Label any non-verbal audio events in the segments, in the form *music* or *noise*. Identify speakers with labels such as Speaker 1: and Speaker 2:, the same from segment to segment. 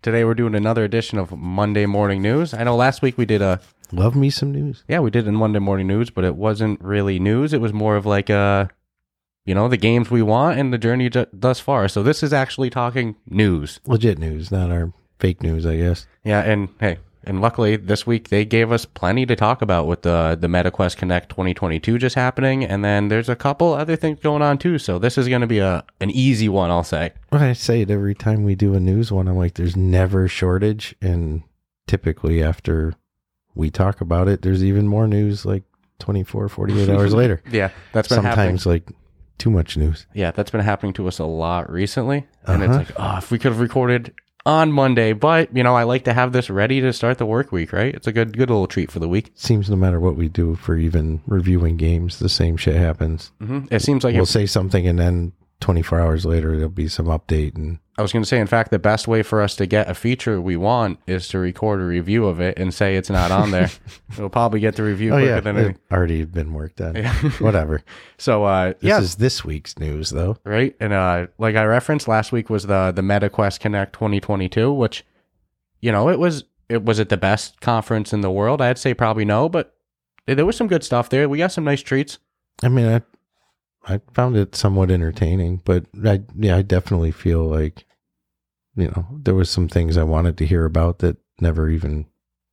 Speaker 1: Today we're doing another edition of Monday Morning News. I know last week we did a
Speaker 2: Love me some news.
Speaker 1: yeah, we did a Monday Morning News, but it wasn't really news. It was more of like uh you know, the games we want and the journey ju- thus far. So this is actually talking news.
Speaker 2: Legit news, not our fake news, I guess.
Speaker 1: Yeah, and hey, and luckily this week they gave us plenty to talk about with the the MetaQuest Connect 2022 just happening and then there's a couple other things going on too. So this is going to be a an easy one, I'll say.
Speaker 2: Well, I say it every time we do a news one. I'm like, there's never a shortage. And typically after we talk about it, there's even more news like 24, 48
Speaker 1: *laughs*
Speaker 2: hours later.
Speaker 1: Yeah, that's been happening.
Speaker 2: Sometimes like too much news.
Speaker 1: Yeah, that's been happening to us a lot recently. And
Speaker 2: Uh-huh.
Speaker 1: it's like, oh, if we could have recorded on Monday, but you know, I like to have this ready to start the work week, right? It's a good good little treat for the week.
Speaker 2: Seems no matter what we do for even reviewing games, the same shit happens.
Speaker 1: Mm-hmm. It seems like
Speaker 2: We'll
Speaker 1: if-
Speaker 2: say something and then 24 hours later, there'll be some update. And
Speaker 1: I was going to say, in fact, the best way for us to get a feature we want is to record a review of it and say it's not on
Speaker 2: *laughs*
Speaker 1: there. we'll probably get the review
Speaker 2: oh,
Speaker 1: quicker
Speaker 2: yeah,
Speaker 1: than
Speaker 2: it
Speaker 1: any.
Speaker 2: already been worked
Speaker 1: *laughs*
Speaker 2: on. Whatever.
Speaker 1: So, uh,
Speaker 2: This
Speaker 1: yeah,
Speaker 2: is this week's news, though.
Speaker 1: right? And uh, like I referenced last week was the the MetaQuest Connect 2022, which you know it was it was it the best conference in the world? I'd say probably no, but there was some good stuff there. We got some nice treats.
Speaker 2: I mean, I I found it somewhat entertaining, but I yeah, I definitely feel like you know there was some things I wanted to hear about that never even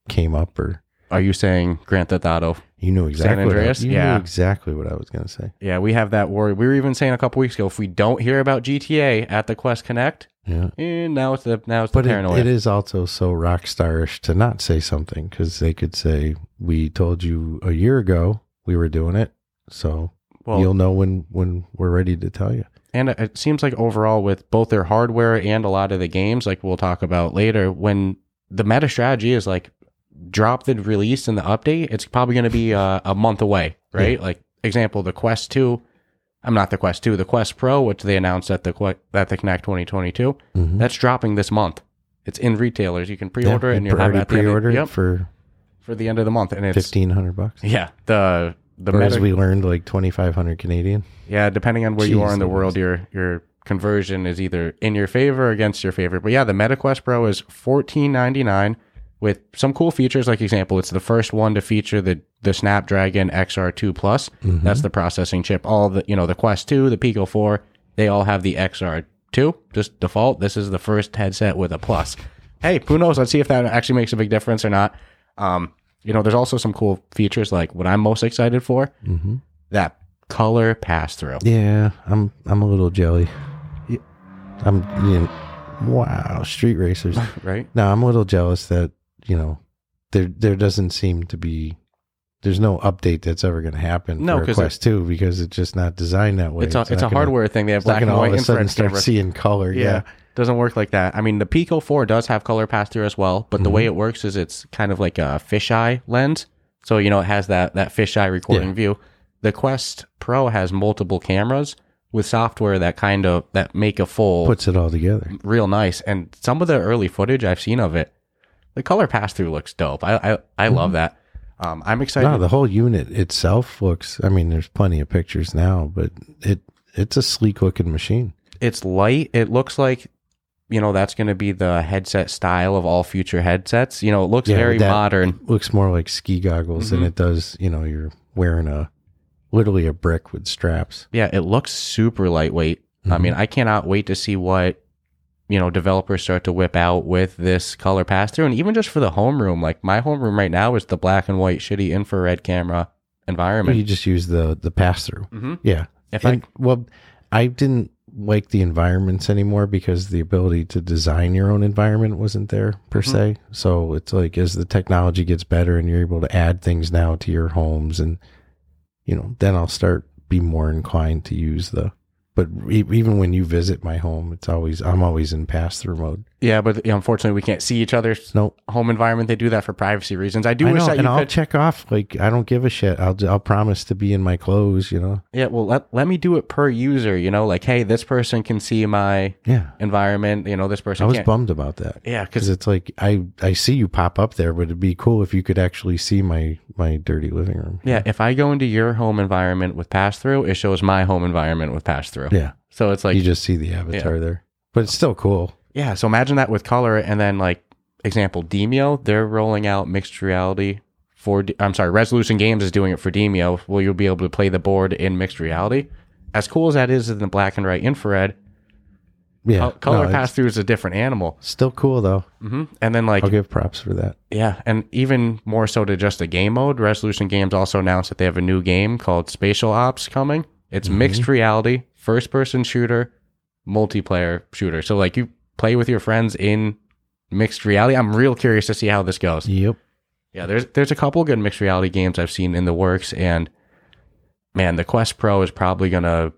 Speaker 2: came up, or
Speaker 1: Are you saying Grand Theft Auto?
Speaker 2: you knew exactly. What I,
Speaker 1: Andreas?
Speaker 2: you
Speaker 1: Yeah.
Speaker 2: knew exactly what I was going to say.
Speaker 1: Yeah, we have that worry. We were even saying a couple weeks ago if we don't hear about GTA at the Quest Connect,
Speaker 2: Yeah,
Speaker 1: and now it's the now it's the
Speaker 2: but it,
Speaker 1: paranoia.
Speaker 2: it is also so rock starish to not say something because they could say we told you a year ago we were doing it, so
Speaker 1: Well-
Speaker 2: you'll know when when we're ready to tell you.
Speaker 1: And it seems like overall, with both their hardware and a lot of the games, like we'll talk about later, when the meta strategy is like drop the release and the update, it's probably going to be uh, a month away, right? Like example, the Quest Two, I'm not the Quest Two, the Quest Pro, which they announced at the Que- at the Connect 2022,
Speaker 2: Mhm.
Speaker 1: that's dropping this month. It's in retailers. You can pre-order it,
Speaker 2: Yeah,
Speaker 1: and you'll have it
Speaker 2: already
Speaker 1: at the end of-
Speaker 2: pre-ordered
Speaker 1: yep,
Speaker 2: for
Speaker 1: for the end of the month, and it's
Speaker 2: fifteen hundred bucks.
Speaker 1: yeah the the
Speaker 2: or as
Speaker 1: meta-
Speaker 2: we learned, like twenty five hundred Canadian.
Speaker 1: Yeah, depending on where you
Speaker 2: Jeez
Speaker 1: are in the
Speaker 2: Louise.
Speaker 1: world, your your conversion is either in your favor or against your favor. But yeah, the MetaQuest Pro is fourteen ninety nine with some cool features. Like example, it's the first one to feature the the Snapdragon XR two Plus. That's the processing chip. All the you know the Quest two, the Pico four, they all have the XR two just default. This is the first headset with a Plus. Hey, who knows? Let's see if that actually makes a big difference or not. Um, you know, there's also some cool features like what I'm most excited for
Speaker 2: Mm-hmm.
Speaker 1: that color pass through.
Speaker 2: Yeah, I'm I'm a little jelly. Y- I'm you know, wow, street
Speaker 1: *laughs*
Speaker 2: racers.
Speaker 1: right?
Speaker 2: no, I'm a little jealous that you know there there doesn't seem to be there's no update that's ever going to happen
Speaker 1: No,
Speaker 2: for
Speaker 1: 'cause
Speaker 2: Quest Two because it's just not designed that way.
Speaker 1: It's a it's, a
Speaker 2: not gonna-
Speaker 1: hardware thing. They have
Speaker 2: It's
Speaker 1: black
Speaker 2: not going
Speaker 1: and
Speaker 2: to all
Speaker 1: white
Speaker 2: of a sudden
Speaker 1: infrared
Speaker 2: start
Speaker 1: cameras.
Speaker 2: seeing color.
Speaker 1: yeah.
Speaker 2: Yeah.
Speaker 1: doesn't work like that. I mean, the Pico Four does have color pass through as well, but the
Speaker 2: Mm-hmm.
Speaker 1: way it works is it's kind of like a fisheye lens. So you know it has that that fisheye recording
Speaker 2: Yeah.
Speaker 1: view. The Quest Pro has multiple cameras with software that kind of that make a full
Speaker 2: puts it all together.
Speaker 1: real nice. And some of the early footage I've seen of it, the color pass through looks dope. I I, I love that. Um, I'm excited.
Speaker 2: Mm-hmm. No, the whole unit itself looks. I mean, there's plenty of pictures now, but it it's a sleek looking machine.
Speaker 1: it's light. It looks like you know that's going to be the headset style of all future headsets. You know, it looks
Speaker 2: Yeah,
Speaker 1: very
Speaker 2: that-
Speaker 1: modern. Mm-hmm.
Speaker 2: looks more like ski goggles than it does, you know, you're wearing a literally a brick with straps.
Speaker 1: Yeah, it looks super lightweight. I
Speaker 2: Mhm.
Speaker 1: mean, I cannot wait to see what you know developers start to whip out with this color pass through, and even just for the homeroom. Like my homeroom right now is the black and white shitty infrared camera environment.
Speaker 2: you just use the the pass through.
Speaker 1: Mhm.
Speaker 2: Yeah.
Speaker 1: If I
Speaker 2: And, well, I didn't like the environments anymore because the ability to design your own environment wasn't there per
Speaker 1: Mm-hmm.
Speaker 2: se. So it's like as the technology gets better and you're able to add things now to your homes and you know, then I'll start be more inclined to use the But e- even when you visit my home, it's always I'm always in pass through mode.
Speaker 1: Yeah, but unfortunately, we can't see each other's
Speaker 2: Nope.
Speaker 1: home environment. They do that for privacy reasons. I do
Speaker 2: I
Speaker 1: wish
Speaker 2: know,
Speaker 1: that
Speaker 2: and
Speaker 1: you
Speaker 2: I'll
Speaker 1: could.
Speaker 2: check off. Like I don't give a shit. I'll I'll promise to be in my clothes. You know.
Speaker 1: yeah, well, let, let me do it per user, you know, like, hey, this person can see my
Speaker 2: Yeah.
Speaker 1: environment, you know, this person
Speaker 2: I was
Speaker 1: can't.
Speaker 2: bummed about that.
Speaker 1: yeah,
Speaker 2: because
Speaker 1: because
Speaker 2: it's like I I see you pop up there, but it'd be cool if you could actually see my my dirty living room.
Speaker 1: Yeah, if I go into your home environment with pass through, it shows my home environment with pass through.
Speaker 2: yeah.
Speaker 1: So it's like,
Speaker 2: you just see the avatar there, but it's still cool.
Speaker 1: yeah. So imagine that with color, and then like example, Demio, they're rolling out mixed reality for. D- I'm sorry, Resolution Games is doing it for Demio, where you'll be able to play the board in mixed reality. As cool as that is in the black and white infrared,
Speaker 2: Yeah,
Speaker 1: col- color
Speaker 2: no, it's
Speaker 1: pass through is a different animal.
Speaker 2: Still cool though.
Speaker 1: hmm And then like
Speaker 2: I'll give props for that.
Speaker 1: Yeah, and even more so to just the game mode. Resolution Games also announced that they have a new game called Spatial Ops coming. It's mixed reality, first person shooter, multiplayer shooter. So like you play with your friends in mixed reality. I'm real curious to see how this goes.
Speaker 2: Yep.
Speaker 1: Yeah, there's there's a couple good mixed reality games I've seen in the works and man, the Quest Pro is probably going to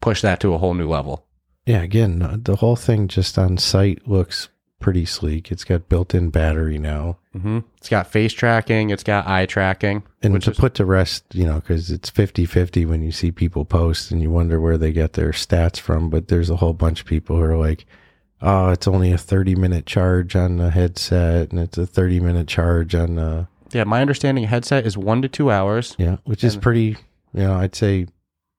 Speaker 1: push that to a whole new level.
Speaker 2: Yeah. Again, uh, the whole thing just on site looks pretty sleek. It's got built-in battery now,
Speaker 1: Mhm. It's got face tracking, it's got eye tracking.
Speaker 2: and
Speaker 1: which
Speaker 2: to
Speaker 1: is-
Speaker 2: put to rest, you know, because it's 50-50 when you see people post and you wonder where they get their stats from. But there's a whole bunch of people who are like. Oh, it's only a 30 minute charge on the headset, and it's a 30 minute charge on the
Speaker 1: yeah, my understanding headset is 1 to 2 hours.
Speaker 2: Yeah, which is
Speaker 1: And-
Speaker 2: pretty, you know, I'd say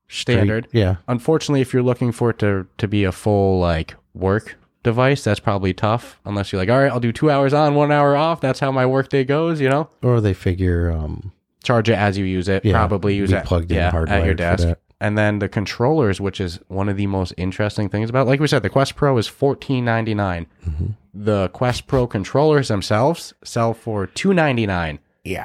Speaker 2: straight-
Speaker 1: Standard.
Speaker 2: Yeah.
Speaker 1: unfortunately, if you're looking for it to, to be a full like work device, that's probably tough. Unless you're like, all right, I'll do two hours on, one hour off. That's how my work day goes. You know,
Speaker 2: Or they figure, um,
Speaker 1: charge it as you use it.
Speaker 2: Yeah,
Speaker 1: probably use
Speaker 2: be
Speaker 1: it
Speaker 2: plugged in
Speaker 1: yeah,
Speaker 2: hardwired
Speaker 1: at your
Speaker 2: for
Speaker 1: desk.
Speaker 2: that.
Speaker 1: And then the controllers, which is one of the most interesting things about. Like we said, the Quest Pro is fourteen ninety nine.
Speaker 2: Mm-hmm.
Speaker 1: The Quest Pro controllers themselves sell for two ninety nine,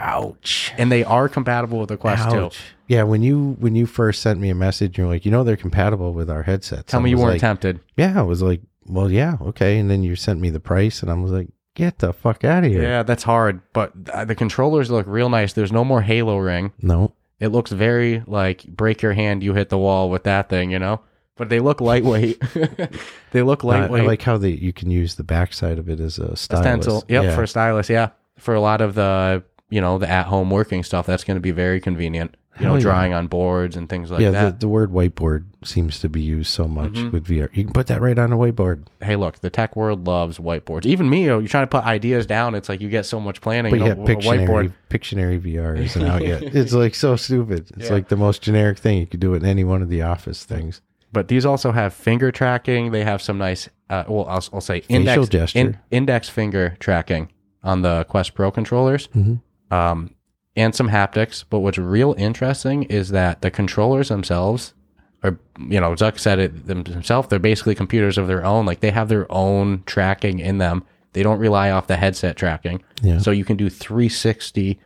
Speaker 2: ouch.
Speaker 1: and they are compatible with the Quest Two.
Speaker 2: Ouch. Yeah, when you when you first sent me a message, you're like, you know, they're compatible with our headsets.
Speaker 1: Tell
Speaker 2: I
Speaker 1: me you
Speaker 2: was
Speaker 1: weren't
Speaker 2: like,
Speaker 1: tempted.
Speaker 2: Yeah, I was like, well, yeah, okay. And then you sent me the price, and I was like, get the fuck out of here.
Speaker 1: Yeah, that's hard, but uh, the controllers look real nice. There's no more Halo ring.
Speaker 2: No,
Speaker 1: It looks very like break your hand, you hit the wall with that thing, you know. But they look lightweight. *laughs* they look
Speaker 2: I, I
Speaker 1: lightweight.
Speaker 2: like how they you can use the backside of it as a
Speaker 1: a
Speaker 2: stylus.
Speaker 1: stencil. Yep,
Speaker 2: Yeah.
Speaker 1: for a stylus. Yeah, for a lot of the you know the at home working stuff, that's going to be very convenient. You know,
Speaker 2: Hell yeah.
Speaker 1: drawing on boards and things like
Speaker 2: yeah. The,
Speaker 1: that.
Speaker 2: the word whiteboard seems to be used so much
Speaker 1: Mhm.
Speaker 2: with VR. You can put that right on a whiteboard.
Speaker 1: hey, look, the tech world loves whiteboards. Even me, you're trying to put ideas down. It's like you get so much planning.
Speaker 2: But
Speaker 1: you
Speaker 2: yet
Speaker 1: know, a
Speaker 2: Pictionary, Pictionary VR isn't out
Speaker 1: *laughs*
Speaker 2: yet. It's like so stupid. It's
Speaker 1: Yeah.
Speaker 2: like the most generic thing you could do in any one of the office things.
Speaker 1: But these also have finger tracking. They have some nice, uh, well, I'll, I'll say index
Speaker 2: gesture.
Speaker 1: index finger tracking on the Quest Pro controllers,
Speaker 2: Mhm.
Speaker 1: um, and some haptics. But what's real interesting is that the controllers themselves, are you know, Zuck said it them- himself. They're basically computers of their own. Like they have their own tracking in them. They don't rely off the headset tracking.
Speaker 2: Yeah.
Speaker 1: So you can do 360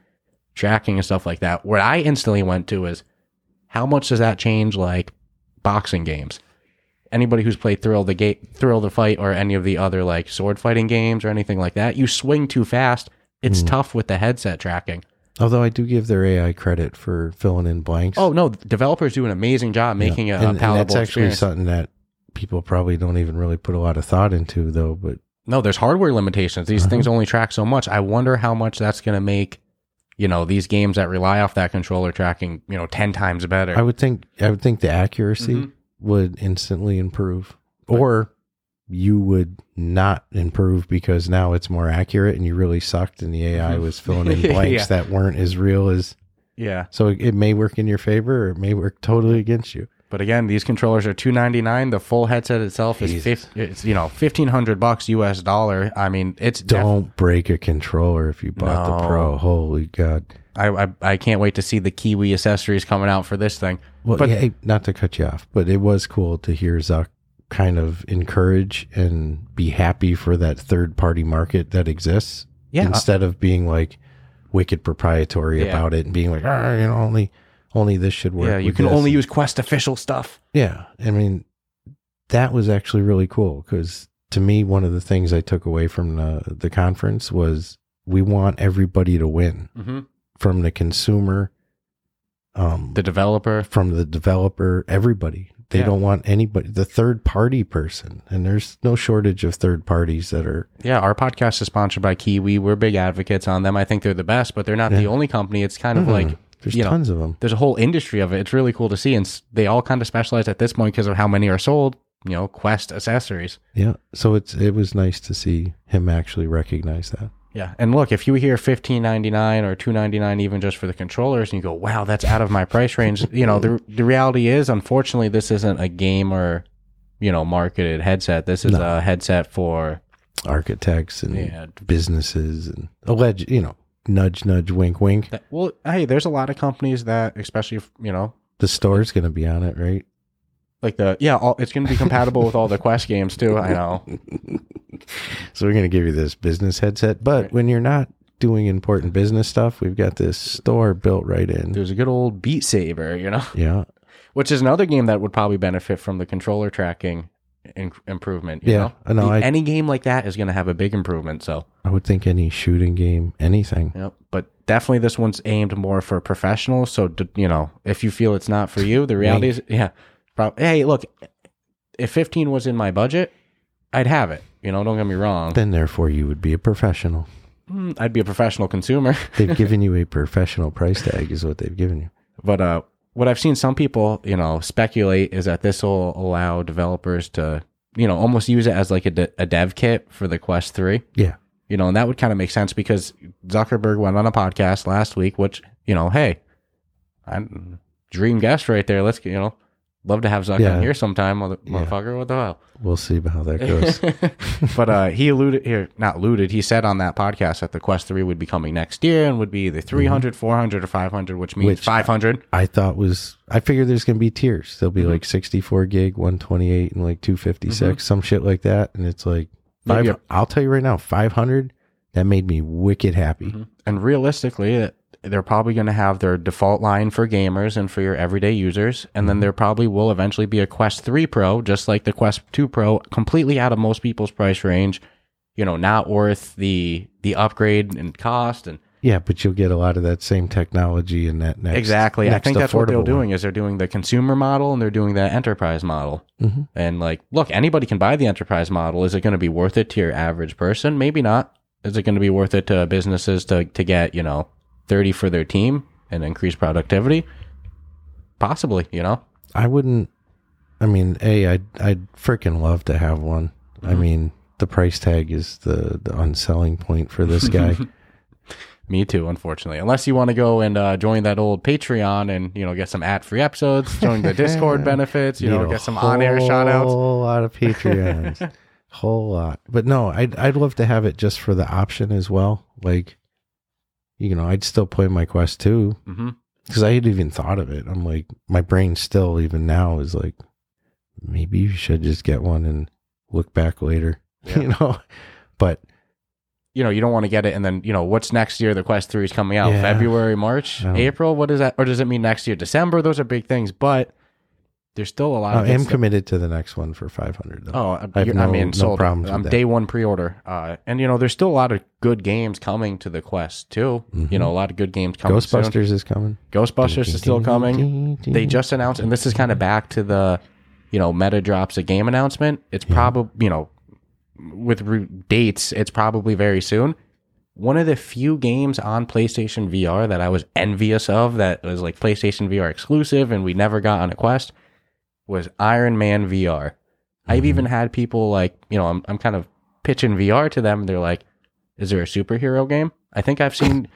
Speaker 1: tracking and stuff like that. What I instantly went to is how much does that change like boxing games? Anybody who's played Thrill the Ga- Thrill the Fight or any of the other like sword fighting games or anything like that, you swing too fast. It's
Speaker 2: Mm-hmm.
Speaker 1: tough with the headset tracking.
Speaker 2: Although I do give their AI credit for filling in blanks.
Speaker 1: Oh no, developers do an amazing job making it
Speaker 2: Yeah.
Speaker 1: a
Speaker 2: and, and
Speaker 1: palatable
Speaker 2: that's actually
Speaker 1: experience.
Speaker 2: something that people probably don't even really put a lot of thought into, though. But
Speaker 1: no, there's hardware limitations.
Speaker 2: Uh-huh.
Speaker 1: These things only track so much. I wonder how much that's going to make, you know, these games that rely off that controller tracking, you know, ten times better.
Speaker 2: I would think I would think the accuracy
Speaker 1: Mhm.
Speaker 2: would instantly improve, or you would not improve because now it's more accurate and you really sucked and the AI was filling in
Speaker 1: Mm-hmm. *laughs* Yeah.
Speaker 2: blanks that weren't as real as
Speaker 1: yeah,
Speaker 2: So it, it may work in your favor or it may work totally against you.
Speaker 1: But again, these controllers are two ninety nine. The full headset itself is
Speaker 2: Jesus.
Speaker 1: fif- it's you know fifteen hundred bucks US dollar. I mean, it's def-
Speaker 2: Don't break a controller if you bought the
Speaker 1: No.
Speaker 2: Pro. Holy God.
Speaker 1: I, I I can't wait to see the Kiwi accessories coming out for this thing.
Speaker 2: Well,
Speaker 1: But-
Speaker 2: yeah, hey, not to cut you off, but it was cool to hear Zuck kind of encourage and be happy for that third party market that exists
Speaker 1: Yeah, uh
Speaker 2: instead of being like wicked proprietary
Speaker 1: Yeah.
Speaker 2: about it and being like, "Ah, you know, only only this should work.
Speaker 1: yeah. You
Speaker 2: with
Speaker 1: can
Speaker 2: this."
Speaker 1: only use Quest official stuff.
Speaker 2: Yeah. I mean, that was actually really cool because to me, one of the things I took away from the, the conference was we want everybody to win
Speaker 1: Mm-hmm.
Speaker 2: from the consumer, um,
Speaker 1: The developer,
Speaker 2: from the developer, everybody. They
Speaker 1: Yeah.
Speaker 2: don't want anybody, the third party person. And there's no shortage of third parties that are,
Speaker 1: Yeah, our podcast is sponsored by Kiwi. We're big advocates on them. I think they're the best, but they're not the
Speaker 2: Yeah.
Speaker 1: only company. It's kind of
Speaker 2: Mhm.
Speaker 1: like
Speaker 2: there's
Speaker 1: you know,
Speaker 2: tons of them.
Speaker 1: there's a whole industry of it. It's really cool to see, and s- they all kind of specialize at this point because of how many are sold. You know, Quest accessories.
Speaker 2: Yeah. So it's, it was nice to see him actually recognize that.
Speaker 1: Yeah, and look, if you hear fifteen ninety nine or two ninety nine, even just for the controllers, and you go, "Wow, that's out of my price range," you know,
Speaker 2: *laughs*
Speaker 1: the the reality is, unfortunately, this isn't a gamer, you know, marketed headset. This is
Speaker 2: No.
Speaker 1: a headset for
Speaker 2: Architects and
Speaker 1: yeah,
Speaker 2: businesses and alleged, you know, nudge, nudge, wink, wink.
Speaker 1: That, well, hey, there's a lot of companies that, especially if, you know,
Speaker 2: The store's going to be on it, right?
Speaker 1: like the yeah, all, it's going to be compatible with all the Quest games too. I know.
Speaker 2: So we're going to give you this business headset. But
Speaker 1: Right.
Speaker 2: when you're not doing important business stuff, we've got this store built right in.
Speaker 1: There's a good old Beat Saber, you know, *laughs*
Speaker 2: Yeah.
Speaker 1: which is another game that would probably benefit from the controller tracking in- improvement. You
Speaker 2: Yeah.
Speaker 1: know?
Speaker 2: No,
Speaker 1: The-
Speaker 2: I-
Speaker 1: any game like that is going to have a big improvement. So,
Speaker 2: I would think any shooting game, anything.
Speaker 1: yep. But definitely, this one's aimed more for professionals. So, d- you know, if you feel it's not for you, the reality is, yeah. Prob- hey, look, if 15 was in my budget, I'd have it. You know, don't get me wrong.
Speaker 2: Then, therefore, you would be a professional.
Speaker 1: Mm, I'd be a professional consumer. *laughs*
Speaker 2: They've given you a professional price tag, is what they've given you.
Speaker 1: But uh, what I've seen some people, you know, speculate is that this will allow developers to, you know, almost use it as like a, de- a dev kit for the Quest 3.
Speaker 2: Yeah.
Speaker 1: You know, and that would kind of make sense because Zuckerberg went on a podcast last week, which, you know, hey, I'm dream guest right there. Let's, get- you know, love to have Zucker
Speaker 2: Yeah.
Speaker 1: here sometime, mother-
Speaker 2: Yeah.
Speaker 1: motherfucker. What the hell?
Speaker 2: We'll see how that
Speaker 1: *laughs*
Speaker 2: goes.
Speaker 1: but uh, he alluded here, not alluded. He said on that podcast that the Quest 3 would be coming next year and would be either 300, 400, or 500, which means
Speaker 2: Which-
Speaker 1: 500.
Speaker 2: I thought was, I figured there's going to be tiers. There'll be
Speaker 1: Mm-hmm.
Speaker 2: like 64 gig, 128, and like 256, some shit like that. And it's like,
Speaker 1: Maybe
Speaker 2: five,
Speaker 1: a-
Speaker 2: I'll tell you right now, 500, that made me wicked happy.
Speaker 1: And realistically, it- they're probably going to have their default line for gamers and for your everyday users. And then there probably will eventually be a Quest 3 Pro, just like the Quest 2 Pro, completely out of most people's price range. You know, not worth the the upgrade and cost and
Speaker 2: Yeah, but you'll get a lot of that same technology in that next.
Speaker 1: exactly. I
Speaker 2: next
Speaker 1: think that's what they're
Speaker 2: affordable
Speaker 1: doing is they're doing the consumer model and they're doing the enterprise model.
Speaker 2: one. Mhm.
Speaker 1: And like, look, anybody can buy the enterprise model. Is it going to be worth it to your average person? Maybe not. Is it going to be worth it to businesses to, to get, you know, 30 for their team and increase productivity? Possibly, you know?
Speaker 2: I wouldn't. I mean, a I'd I'd freaking love to have one. I
Speaker 1: Mm-hmm.
Speaker 2: mean, the price tag is the the unselling point for
Speaker 1: *laughs*
Speaker 2: this guy.
Speaker 1: Me too, unfortunately. Unless you want to go and uh, join that old Patreon and, you know, get some ad free episodes, join
Speaker 2: *laughs*
Speaker 1: the Discord benefits, you know,
Speaker 2: Need a
Speaker 1: get some on air shout outs.
Speaker 2: Whole lot of
Speaker 1: *laughs*
Speaker 2: Patreons, whole lot. But no, I'd I'd love to have it just for the option as well. Like, you know, I'd still play my Quest too
Speaker 1: hmm
Speaker 2: because I had even thought of it. I'm like, my brain still even now is like, maybe you should just get one and look back later. *laughs*
Speaker 1: Yeah.
Speaker 2: You know, but
Speaker 1: You know, you don't want to get it. And then, you know, what's next year? The Quest 3 is coming out
Speaker 2: Yeah.
Speaker 1: February, March,
Speaker 2: No.
Speaker 1: April. What is that? Or does it mean next year, December? Those are big things, but there's still a lot of
Speaker 2: I
Speaker 1: good
Speaker 2: am
Speaker 1: stuff.
Speaker 2: Oh, committed to the next one for 500 though.
Speaker 1: Oh, I,
Speaker 2: I have
Speaker 1: you're- I
Speaker 2: no-
Speaker 1: mean,
Speaker 2: no
Speaker 1: sold.
Speaker 2: problems
Speaker 1: I'm
Speaker 2: with that.
Speaker 1: day one pre-order, uh, and you know, there's still a lot of good games coming to the Quest too. You know, a lot of good games coming. soon.
Speaker 2: Mm-hmm. Ghostbusters is coming.
Speaker 1: Ghostbusters is still coming. They just announced, and this is kind of back to the, you know, Meta drops a game announcement. It's probably you know, with re- dates, it's probably very soon. One of the few games on PlayStation VR that I was envious of that was like PlayStation VR exclusive, and we never got on a Quest was Iron Man VR. I've even had people like, you know, I'm, I'm kind of pitching VR to them. They're like, is there a superhero game? I think I've *laughs* seen,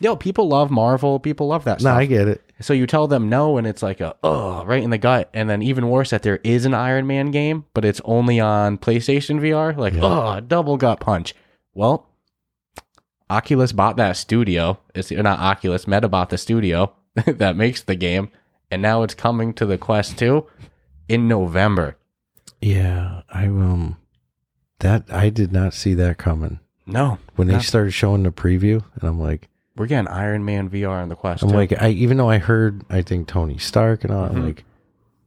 Speaker 1: yo, people love Marvel. People love that
Speaker 2: No,
Speaker 1: stuff.
Speaker 2: I get it.
Speaker 1: so you tell them no, and it's like a, oh, right in the gut. And then even worse that there is an Iron Man game, but it's only on PlayStation VR. Like, oh, double gut punch. Well, Oculus bought that studio. It's or not Oculus, Meta bought the studio *laughs* that makes the game, and now it's coming to the Quest 2 in November.
Speaker 2: Yeah, I um that I did not see that coming.
Speaker 1: No,
Speaker 2: When they
Speaker 1: No.
Speaker 2: started showing the preview and I'm like
Speaker 1: we're getting Iron Man VR on the Quest.
Speaker 2: I'm
Speaker 1: 2.
Speaker 2: like I even though I heard I think Tony Stark and all
Speaker 1: Mhm.
Speaker 2: I'm like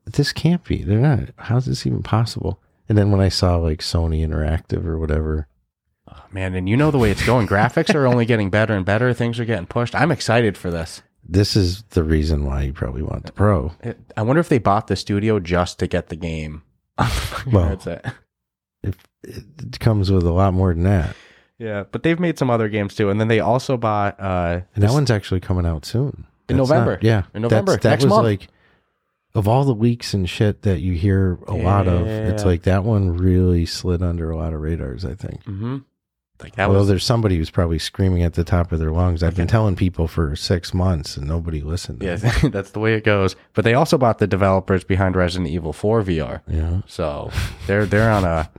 Speaker 2: this can't be. They're not how's this even possible? And then when I saw like Sony Interactive or whatever,
Speaker 1: man, and you know the way it's going. Graphics are only getting better and better. Things are getting pushed. I'm excited for this.
Speaker 2: This is the reason why you probably want the Pro.
Speaker 1: It- I wonder if they bought the studio just to get the game. *laughs*
Speaker 2: Well.
Speaker 1: That's it.
Speaker 2: If it comes with a lot more than that,
Speaker 1: Yeah, but they've made some other games too, and then they also bought uh,
Speaker 2: and that one's actually coming out soon
Speaker 1: In
Speaker 2: That's
Speaker 1: November.
Speaker 2: yeah,
Speaker 1: In November,
Speaker 2: that
Speaker 1: next
Speaker 2: was
Speaker 1: month.
Speaker 2: like of all the weeks and shit that you hear a lot of. It's
Speaker 1: Yeah.
Speaker 2: like that one really slid under a lot of radars. I think.
Speaker 1: Mm-hmm. Like that
Speaker 2: well,
Speaker 1: was
Speaker 2: there's somebody who's probably screaming at the top of their lungs. I've been telling people for six months and nobody listened. to
Speaker 1: yeah, *laughs*
Speaker 2: me.
Speaker 1: that's the way it goes. But they also bought the developers behind Resident Evil 4 VR,
Speaker 2: Yeah.
Speaker 1: so they're they're on
Speaker 2: *laughs*
Speaker 1: a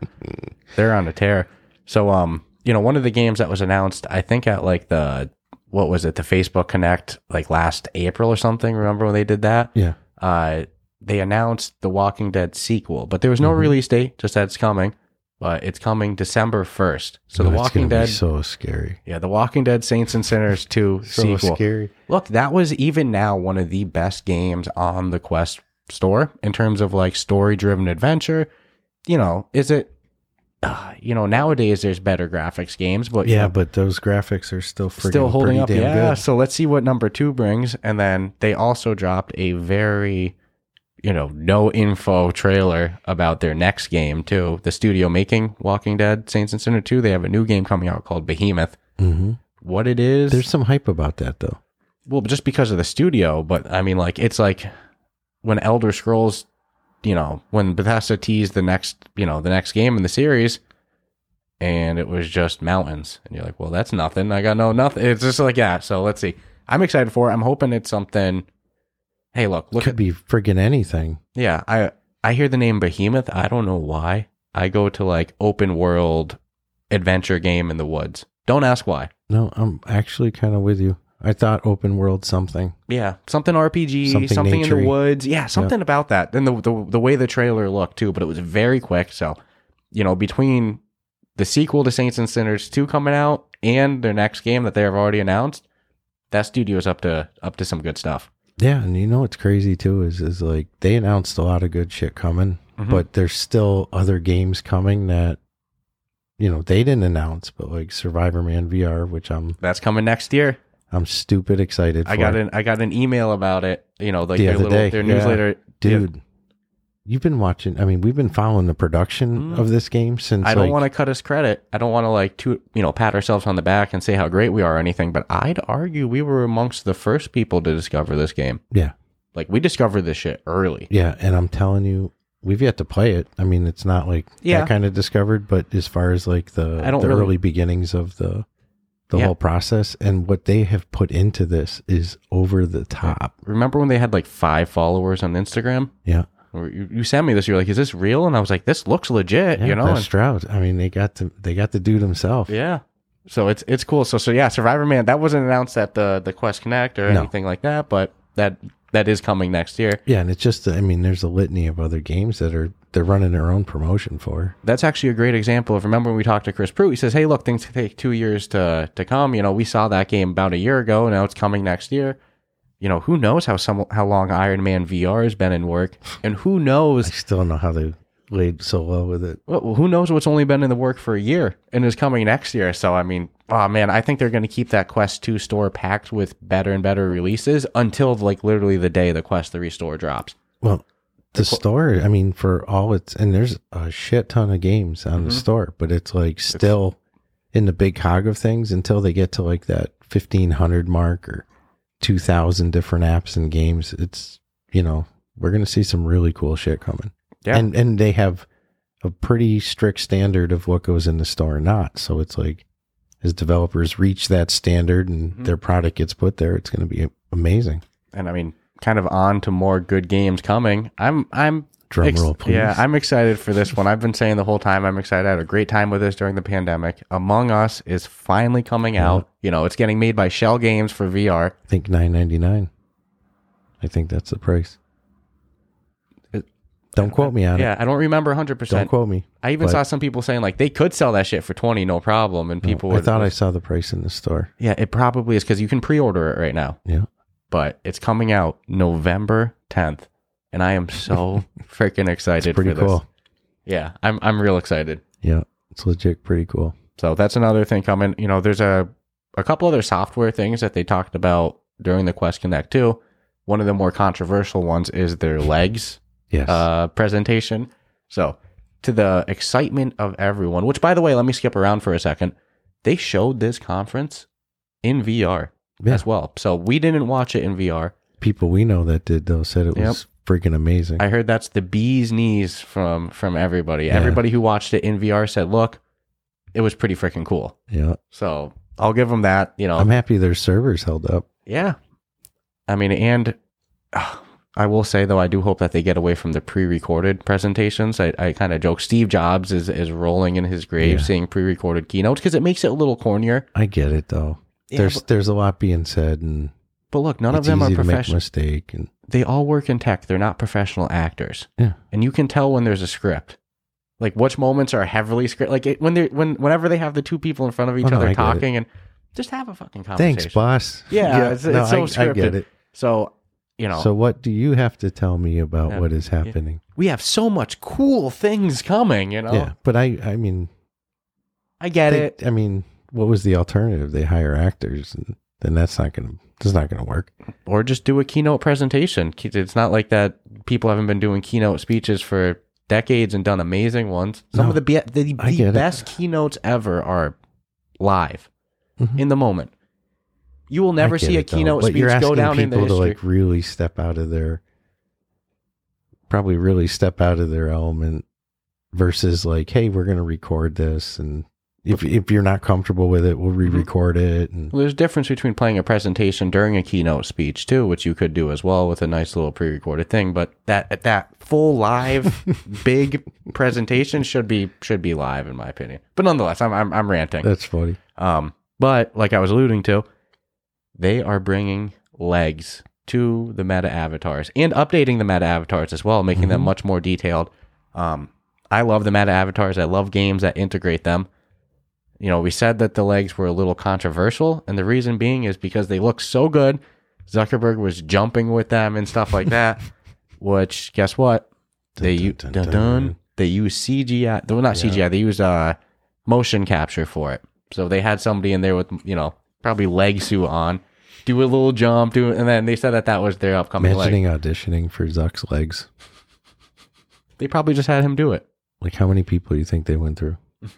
Speaker 1: they're on a tear. So um, you know, one of the games that was announced, I think at like the what was it, the Facebook Connect, like last April or something. Remember when they did that?
Speaker 2: Yeah.
Speaker 1: uh, they announced the Walking Dead sequel, but there was no
Speaker 2: Mhm.
Speaker 1: release date, just that it's coming. But it's coming December first. So
Speaker 2: God,
Speaker 1: the
Speaker 2: it's
Speaker 1: Walking
Speaker 2: gonna
Speaker 1: Dead,
Speaker 2: Be so scary.
Speaker 1: yeah, the Walking Dead Saints and Sinners
Speaker 2: *laughs*
Speaker 1: two sequel.
Speaker 2: scary.
Speaker 1: Look, that was even now one of the best games on the Quest store in terms of like story driven adventure. You know, is it? Uh, you know, nowadays there's better graphics games, but you
Speaker 2: yeah,
Speaker 1: know,
Speaker 2: but those graphics are still friggin'
Speaker 1: still holding
Speaker 2: pretty
Speaker 1: up.
Speaker 2: Damn
Speaker 1: Yeah.
Speaker 2: good.
Speaker 1: So let's see what number two brings. And then they also dropped a very, you know, no info trailer about their next game too. The studio making Walking Dead Saints and Sinner two. They have a new game coming out called Behemoth.
Speaker 2: hmm
Speaker 1: What it is?
Speaker 2: There's some hype about that though.
Speaker 1: well, just because of the studio, but I mean, like it's like when Elder Scrolls, you know, when Bethesda teased the next, you know, the next game in the series. And it was just mountains, and you're like, "Well, that's nothing. I got no nothing." It's just like, yeah. So let's see. I'm excited for. it. I'm hoping it's something. Hey, look, look
Speaker 2: Could
Speaker 1: at
Speaker 2: be friggin' anything.
Speaker 1: yeah. I I hear the name Behemoth. I don't know why. I go to like open world adventure game in the woods. Don't ask why.
Speaker 2: No, I'm actually kind of with you. I thought open world something.
Speaker 1: Yeah, something RPG, something,
Speaker 2: Something
Speaker 1: in the
Speaker 2: nature-y.
Speaker 1: woods. Yeah, something about that. And the, the the way the trailer looked too, but it was very quick. So, you know, between the sequel to Saints and Sinners two coming out and their next game that they have already announced, that studio's up to up to some good stuff.
Speaker 2: Yeah, and you know what's crazy too is is like they announced a lot of good shit coming,
Speaker 1: Mhm.
Speaker 2: but there's still other games coming that you know they didn't announce, but like Survivor Man VR, which I'm
Speaker 1: That's coming next year.
Speaker 2: I'm stupid excited.
Speaker 1: I
Speaker 2: for.
Speaker 1: got an I got an email about it. You know, like
Speaker 2: The
Speaker 1: their
Speaker 2: other
Speaker 1: little
Speaker 2: day,
Speaker 1: their
Speaker 2: yeah.
Speaker 1: newsletter.
Speaker 2: dude. You've been watching. I mean, we've been following the production
Speaker 1: Mm.
Speaker 2: of this game since.
Speaker 1: I don't
Speaker 2: like,
Speaker 1: want to cut us credit. I don't want to like to you know pat ourselves on the back and say how great we are or anything. But I'd argue we were amongst the first people to discover this game.
Speaker 2: Yeah.
Speaker 1: Like we discovered this shit early.
Speaker 2: Yeah, and I'm telling you, we've yet to play it. I mean, it's not like
Speaker 1: Yeah.
Speaker 2: that kind of discovered, but as far as like the
Speaker 1: I don't
Speaker 2: the
Speaker 1: really-
Speaker 2: early beginnings of the the
Speaker 1: Yeah.
Speaker 2: whole process and what they have put into this is over the top.
Speaker 1: Remember when they had like five followers on Instagram?
Speaker 2: Yeah,
Speaker 1: Or You, you sent me this. You're like, "Is this real?" And I was like, "This looks legit."
Speaker 2: yeah
Speaker 1: you know.
Speaker 2: Beth
Speaker 1: And,
Speaker 2: Stroud. I mean, they got the they got the dude himself.
Speaker 1: yeah. So it's it's cool. So so yeah, Survivor Man. That wasn't announced at the the Quest Connect or
Speaker 2: No.
Speaker 1: anything like that, but that that is coming next year.
Speaker 2: Yeah, and it's just I mean, there's a litany of other games that are they're running their own promotion for.
Speaker 1: that's actually a great example of remember when we talked to Chris Pruitt, he says, Hey, look, things take two years to to come. You know, we saw that game about a year ago, now it's coming next year. You know, who knows how some how long Iron Man VR has been in work, and who
Speaker 2: I
Speaker 1: knows
Speaker 2: still don't know how they laid so well with it.
Speaker 1: well, who knows what's only been in the work for a year and is coming next year. So I mean, oh man, I think they're going to keep that Quest Two store packed with better and better releases until like literally the day the Quest Three store drops.
Speaker 2: Well, the store, I mean, for all it's, and there's a shit ton of games on the
Speaker 1: Mhm.
Speaker 2: store, but it's like still in the big hog of things until they get to like that 1500 mark or 2000 different apps and games. It's, you know, we're going to see some really cool shit coming.
Speaker 1: Yeah.
Speaker 2: And, and they have a pretty strict standard of what goes in the store or not. So it's like, as developers reach that standard and
Speaker 1: Mhm.
Speaker 2: their product gets put there, it's going to be amazing.
Speaker 1: And I mean, kind of on to more good games coming. I'm I'm
Speaker 2: Drum
Speaker 1: Ex-
Speaker 2: roll, please.
Speaker 1: Yeah, I'm excited for this one. I've been saying the whole time I'm excited. I had a great time with this during the pandemic. Among Us is finally coming out. You know, it's getting made by Shell Games for VR.
Speaker 2: I think nine ninety nine. I think that's the price.
Speaker 1: It-
Speaker 2: Don't quote me on it.
Speaker 1: Uh, Yeah, I don't remember 100%.
Speaker 2: Don't quote me.
Speaker 1: I even
Speaker 2: but-
Speaker 1: saw some people saying like they could sell that shit for 20 no problem and people
Speaker 2: I
Speaker 1: would
Speaker 2: thought I saw the price in the store.
Speaker 1: Yeah, it probably is cuz you can pre-order it right now.
Speaker 2: Yeah.
Speaker 1: But it's coming out November 10th and I am so
Speaker 2: *laughs*
Speaker 1: freaking excited
Speaker 2: Pretty
Speaker 1: for this.
Speaker 2: cool.
Speaker 1: Yeah, I'm I'm real excited.
Speaker 2: Yeah. It's legit pretty cool.
Speaker 1: So that's another thing coming. You know, there's a a couple other software things that they talked about during the Quest Connect too. One of the more controversial ones is their legs
Speaker 2: Yes.
Speaker 1: uh, presentation. So, to the excitement of everyone, which by the way, let me skip around for a second. They showed this conference in VR
Speaker 2: Yeah.
Speaker 1: as well. So, we didn't watch it in VR.
Speaker 2: People we know that did though said it
Speaker 1: Yep.
Speaker 2: was freaking amazing.
Speaker 1: I heard that's the bee's knees from from everybody.
Speaker 2: Yeah.
Speaker 1: Everybody who watched it in VR said, "Look, it was pretty freaking cool."
Speaker 2: yeah.
Speaker 1: So, I'll give them that, you know.
Speaker 2: I'm happy their servers held up.
Speaker 1: yeah. I mean, and ah, I will say though, I do hope that they get away from the pre-recorded presentations. I, I kind of joke Steve Jobs is is rolling in his grave
Speaker 2: Yeah.
Speaker 1: seeing pre-recorded keynotes because it makes it a little cornier.
Speaker 2: I get it though.
Speaker 1: There's,
Speaker 2: there's there's a lot being said, and
Speaker 1: but look, none of
Speaker 2: it's
Speaker 1: them are
Speaker 2: easy to make
Speaker 1: professional.
Speaker 2: mistake. And
Speaker 1: They all work in tech. They're not professional actors.
Speaker 2: yeah,
Speaker 1: and you can tell when there's a script. Like which moments are heavily script. Like it, when they are when whenever they have the two people in front of each
Speaker 2: Oh, no, I
Speaker 1: other
Speaker 2: get it.
Speaker 1: talking and just have a fucking conversation.
Speaker 2: thanks, boss.
Speaker 1: Yeah, it's- it's so
Speaker 2: I, I
Speaker 1: scripted.
Speaker 2: get it.
Speaker 1: So you know
Speaker 2: So, what do you have to tell me about
Speaker 1: Yeah.
Speaker 2: what is happening?
Speaker 1: we have so much cool things coming. You know,
Speaker 2: Yeah, but I, I mean,
Speaker 1: I get
Speaker 2: they-
Speaker 1: it.
Speaker 2: I mean, what was the alternative? They hire actors, and then that's not gonna, that's not gonna work.
Speaker 1: Or just do a keynote presentation. Ke- It's not like that. People haven't been doing keynote speeches for decades and done amazing ones. Some
Speaker 2: No,
Speaker 1: of the be- the,
Speaker 2: I
Speaker 1: the
Speaker 2: get it.
Speaker 1: best keynotes ever are live
Speaker 2: Mhm.
Speaker 1: in the moment. You will never
Speaker 2: I get
Speaker 1: see a
Speaker 2: it, though,
Speaker 1: keynote
Speaker 2: but
Speaker 1: speech
Speaker 2: you're
Speaker 1: go
Speaker 2: asking
Speaker 1: down in the
Speaker 2: people
Speaker 1: history.
Speaker 2: to like really step out of their, probably really step out of their element, versus like, hey, we're gonna record this, and if if you're not comfortable with it, we'll
Speaker 1: Mm-hmm.
Speaker 2: re-record it, and
Speaker 1: Well, there's a difference between playing a presentation during a keynote speech too, which you could do as well with a nice little pre-recorded thing. But that at that full
Speaker 2: *laughs*
Speaker 1: live big presentation should be should be live in my opinion. But nonetheless, I'm I'm, I'm ranting.
Speaker 2: that's funny.
Speaker 1: Um, but like I was alluding to, they are bringing legs to the meta avatars and updating the meta avatars as well, making
Speaker 2: Mm-hmm.
Speaker 1: them much more detailed. Um, I love the meta avatars. I love games that integrate them. You know, we said that the legs were a little controversial, and the reason being is because they look so good. Zuckerberg was jumping with them and stuff like
Speaker 2: *laughs*
Speaker 1: that. which, guess what? They u-
Speaker 2: dun,
Speaker 1: dun,
Speaker 2: dun,
Speaker 1: dun,
Speaker 2: dun.
Speaker 1: they use CGI. Well, not CGI. They use uh, motion capture for it. So they had somebody in there with you know probably leg suit on, do a little jump, do and then they said that that was their upcoming leg.
Speaker 2: Imagining auditioning for Zuck's legs.
Speaker 1: They probably just had him do it.
Speaker 2: Like, how many people do you think they
Speaker 1: *laughs*
Speaker 2: went through? *laughs*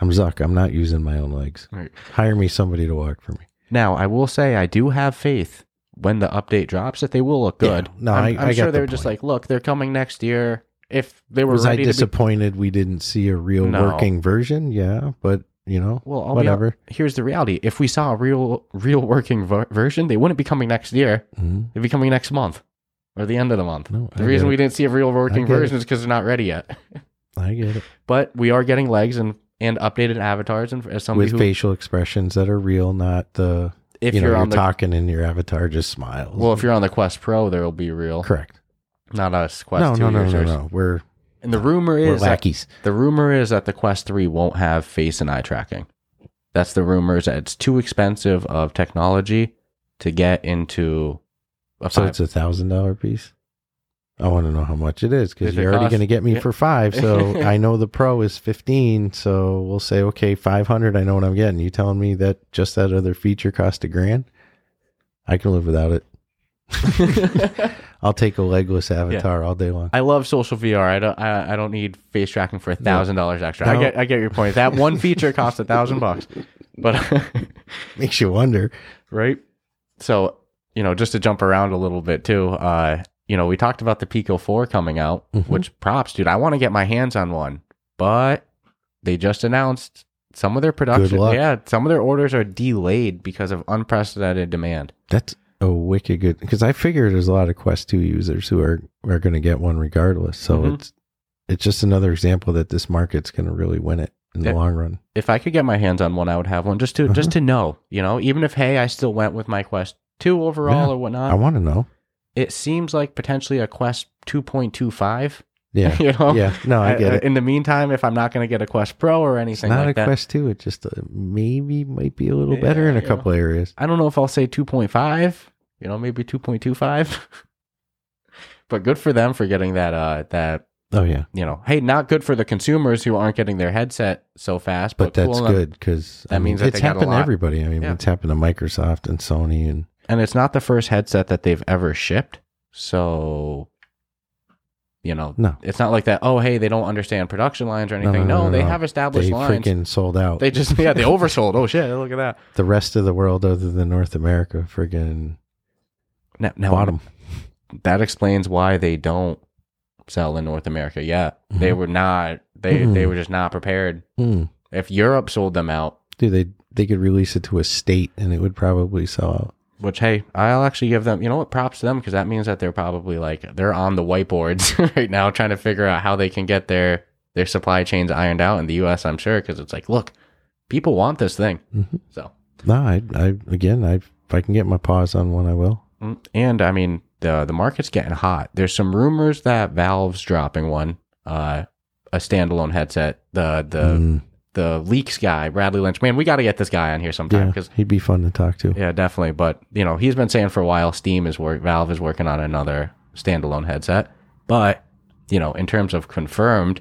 Speaker 2: I'm Zuck. I'm not using my own legs.
Speaker 1: Right.
Speaker 2: Hire me somebody to walk for me.
Speaker 1: Now I will say I do have faith when the update drops that they will look
Speaker 2: Yeah.
Speaker 1: good.
Speaker 2: No,
Speaker 1: I'm,
Speaker 2: I-
Speaker 1: I'm
Speaker 2: I
Speaker 1: sure they
Speaker 2: get the
Speaker 1: were just
Speaker 2: point.
Speaker 1: like, look, they're coming next year. If they were
Speaker 2: Was I
Speaker 1: ready to be
Speaker 2: disappointed we didn't see a real
Speaker 1: No.
Speaker 2: working version? Yeah, but you know,
Speaker 1: Well, I'll
Speaker 2: whatever.
Speaker 1: Be, here's the reality: if we saw a real, real working ver- version, they wouldn't be coming next year.
Speaker 2: Mhm.
Speaker 1: They'd be coming next month or the end of the month.
Speaker 2: No, I
Speaker 1: the reason
Speaker 2: get
Speaker 1: we didn't see a real working
Speaker 2: get it.
Speaker 1: version is because they're not ready yet.
Speaker 2: I get it.
Speaker 1: But we are getting legs and and updated avatars and as somebody
Speaker 2: With
Speaker 1: who,
Speaker 2: facial expressions that are real, not the
Speaker 1: if
Speaker 2: you
Speaker 1: you are
Speaker 2: know you're,
Speaker 1: on the
Speaker 2: talking and your avatar just smiles.
Speaker 1: well, if you're on the Quest Pro, there will be real,
Speaker 2: correct.
Speaker 1: not us Quest
Speaker 2: No,
Speaker 1: Two
Speaker 2: no, no, no,
Speaker 1: users.
Speaker 2: no. We're
Speaker 1: And the rumor
Speaker 2: we're
Speaker 1: is that,
Speaker 2: lackeys.
Speaker 1: the rumor is that the Quest Three won't have face and eye tracking. That's the rumor is that it's too expensive of technology to get into. A
Speaker 2: So
Speaker 1: five-
Speaker 2: it's a thousand dollar piece. I want to know how much it is because
Speaker 1: Does it
Speaker 2: you're already
Speaker 1: cost-
Speaker 2: going to get me
Speaker 1: Yeah.
Speaker 2: for five.
Speaker 1: *laughs*
Speaker 2: So I know the pro is fifteen. So we'll say okay, five hundred. I know what I'm getting. You telling me that just that other feature cost a grand? I can live without it. *laughs* I'll take a legless avatar all day long.
Speaker 1: *laughs*
Speaker 2: *laughs*
Speaker 1: I love social VR. I don't. I, I don't need face tracking for a thousand dollars extra. I
Speaker 2: No.
Speaker 1: get. I get your point. That one feature costs a thousand bucks, but *laughs*
Speaker 2: Makes you wonder.
Speaker 1: right. So you know, just to jump around a little bit too. Uh, you know, we talked about the Pico Four coming out,
Speaker 2: Mhm.
Speaker 1: which props, dude. I want to get my hands on one, but they just announced some of their production.
Speaker 2: luck.
Speaker 1: Yeah, some of their orders are delayed because of unprecedented demand.
Speaker 2: That's a wicked good because I figure there's a lot of Quest Two users who are are going to get one regardless. So
Speaker 1: Mhm.
Speaker 2: it's it's just another example that this market's going to really win it in
Speaker 1: Yeah.
Speaker 2: the long run.
Speaker 1: if I could get my hands on one, I would have one just to just
Speaker 2: Mm-hmm.
Speaker 1: to know, you know, even if hey, I still went with my Quest 2 overall
Speaker 2: Yeah.
Speaker 1: or
Speaker 2: I
Speaker 1: whatnot.
Speaker 2: want to know.
Speaker 1: it seems like potentially a Quest 2.25,
Speaker 2: Yeah.
Speaker 1: *laughs* you know.
Speaker 2: yeah. No, I get it.
Speaker 1: uh, In the meantime, if I'm not going to get a Quest Pro or
Speaker 2: It's
Speaker 1: anything
Speaker 2: not
Speaker 1: like
Speaker 2: a
Speaker 1: that,
Speaker 2: quest two. It just uh, maybe might be a little better in
Speaker 1: Yeah,
Speaker 2: a
Speaker 1: you
Speaker 2: couple areas.
Speaker 1: I don't know if I'll say 2.5, *laughs* you know, maybe 2.25. but good for them for getting that uh that
Speaker 2: Oh yeah,
Speaker 1: You know, hey, not good for the consumers who aren't getting their headset so fast,
Speaker 2: but
Speaker 1: but,
Speaker 2: that's
Speaker 1: cool enough.
Speaker 2: good because
Speaker 1: That means that
Speaker 2: it's
Speaker 1: they got a
Speaker 2: happened to
Speaker 1: lot.
Speaker 2: everybody. I mean,
Speaker 1: Yeah.
Speaker 2: it's happened to Microsoft and Sony, and
Speaker 1: And it's not the first headset that they've ever shipped. So, you know,
Speaker 2: no,
Speaker 1: it's not like that, oh, hey, they don't understand production lines or
Speaker 2: No, no,
Speaker 1: anything. No,
Speaker 2: no, no,
Speaker 1: they
Speaker 2: no.
Speaker 1: have established
Speaker 2: they
Speaker 1: lines.
Speaker 2: freaking sold out.
Speaker 1: They just,
Speaker 2: *laughs*
Speaker 1: yeah, they oversold. Oh, shit, look at that.
Speaker 2: the rest of the world, other than North America, friggin'
Speaker 1: Now, now
Speaker 2: bought 'em.
Speaker 1: that explains why they don't sell in North America. Yeah, they
Speaker 2: Mhm.
Speaker 1: were not. They they
Speaker 2: Mhm.
Speaker 1: were just not prepared.
Speaker 2: Mm.
Speaker 1: If Europe sold them out,
Speaker 2: Dude, they they could release it to a state and it would probably sell out.
Speaker 1: which hey, I'll actually give them. You know what? Props to them because that means that they're probably like they're on the whiteboards *laughs* right now trying to figure out how they can get their their supply chains ironed out in the U.S. I'm sure because it's like, look, people want this thing.
Speaker 2: Mhm.
Speaker 1: So
Speaker 2: No, I, I again, I if I can get my paws on one, I will.
Speaker 1: mm, and I mean the the market's getting hot. There's some rumors that Valve's dropping one. Uh, a standalone headset, the the
Speaker 2: Mm.
Speaker 1: the leaks guy, Bradley Lynch. Man, we got to get this guy on here sometime
Speaker 2: yeah,
Speaker 1: because
Speaker 2: he'd be fun to talk to.
Speaker 1: yeah. definitely. But you know, he's been saying for a while, Steam is work, Valve is working on another standalone headset. But you know, in terms of confirmed,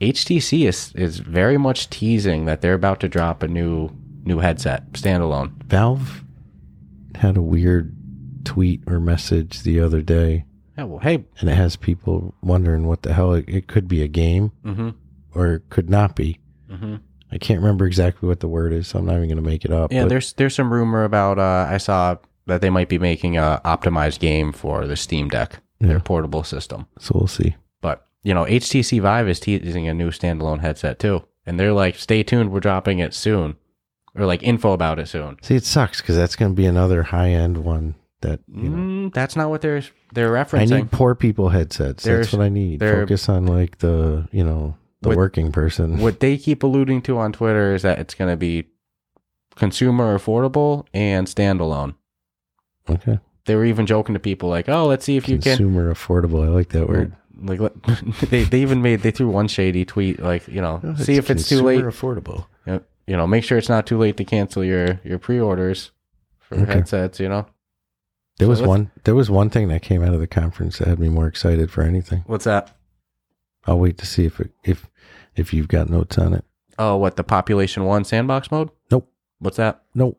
Speaker 1: HTC is is very much teasing that they're about to drop a new new headset standalone.
Speaker 2: Valve had a weird tweet or message the other day,
Speaker 1: Yeah, well, hey,
Speaker 2: and it has people wondering what the hell. It, it could be a game
Speaker 1: mm-hmm,
Speaker 2: or it could not be.
Speaker 1: mm-hmm.
Speaker 2: I can't remember exactly what the word is, so I'm not even going to make it up.
Speaker 1: yeah,
Speaker 2: but
Speaker 1: there's there's some rumor about. Uh, I saw that they might be making a optimized game for the Steam Deck,
Speaker 2: Yeah.
Speaker 1: their portable system.
Speaker 2: so we'll see.
Speaker 1: But you know, HTC Vive is teasing a new standalone headset too, and they're like, "Stay tuned, we're dropping it soon," or like info about it soon.
Speaker 2: See, it sucks because that's going to be another high end one that you know.
Speaker 1: Mm, that's not what they're they're
Speaker 2: I
Speaker 1: referencing.
Speaker 2: *laughs* need poor people headsets.
Speaker 1: There's-
Speaker 2: That's what I need.
Speaker 1: there-
Speaker 2: Focus on like the you know the
Speaker 1: With-
Speaker 2: working person.
Speaker 1: what they keep alluding to on Twitter is that it's going to be consumer affordable and standalone.
Speaker 2: okay,
Speaker 1: They were even joking to people like, "Oh, let's see if you can."
Speaker 2: consumer affordable. I like that word.
Speaker 1: Like *laughs* let- they they even made they threw one shady tweet like you know
Speaker 2: Oh,
Speaker 1: see if it's too
Speaker 2: consumer
Speaker 1: late
Speaker 2: Affordable.
Speaker 1: you know make sure it's not too late to cancel your your pre-orders for
Speaker 2: Okay.
Speaker 1: headsets you know
Speaker 2: There
Speaker 1: So
Speaker 2: was
Speaker 1: let's-
Speaker 2: one. There was one thing that came out of the conference that had me more excited for anything.
Speaker 1: what's that
Speaker 2: I'll wait to see if it, if if you've got notes on it.
Speaker 1: Oh, what the population one sandbox mode?
Speaker 2: Nope.
Speaker 1: What's that?
Speaker 2: Nope.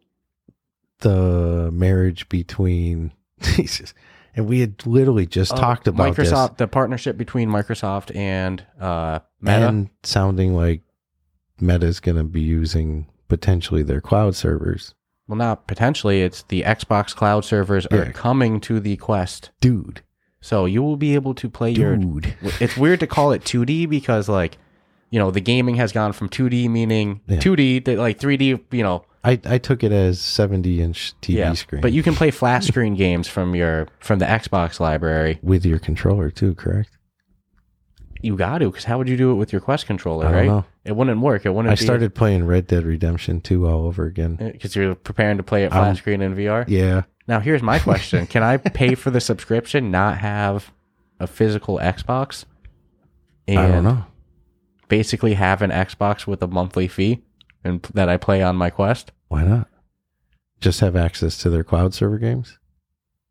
Speaker 2: The marriage between *laughs* Jesus and we had literally just talked
Speaker 1: Oh,
Speaker 2: about this.
Speaker 1: Microsoft. The partnership between Microsoft and uh, Meta.
Speaker 2: and sounding like Meta's going to be using potentially their cloud servers.
Speaker 1: well, not potentially. It's the Xbox cloud servers
Speaker 2: Yeah.
Speaker 1: are coming to the Quest,
Speaker 2: Dude,
Speaker 1: so you will be able to play your.
Speaker 2: dude.
Speaker 1: It's weird to call it 2D because, like, you know, the gaming has gone from 2D meaning
Speaker 2: Yeah.
Speaker 1: 2D to like 3D. You know,
Speaker 2: I, I took it as 70 inch TV
Speaker 1: yeah.
Speaker 2: screen.
Speaker 1: But you can play
Speaker 2: *laughs*
Speaker 1: flat screen games from your from the Xbox library.
Speaker 2: with your controller too, correct?
Speaker 1: You got to because how would you do it with your Quest controller?
Speaker 2: I don't
Speaker 1: right?
Speaker 2: know.
Speaker 1: It wouldn't work. It wouldn't.
Speaker 2: I
Speaker 1: be-
Speaker 2: started playing Red Dead Redemption 2 all over again.
Speaker 1: because you're preparing to play it
Speaker 2: Um,
Speaker 1: flat screen in VR.
Speaker 2: Yeah.
Speaker 1: Now, here's my question: Can
Speaker 2: *laughs*
Speaker 1: I pay for the subscription, not have a physical Xbox, and
Speaker 2: I don't know.
Speaker 1: basically have an Xbox with a monthly fee, and that I play on my Quest?
Speaker 2: Why not? Just have access to their cloud server games?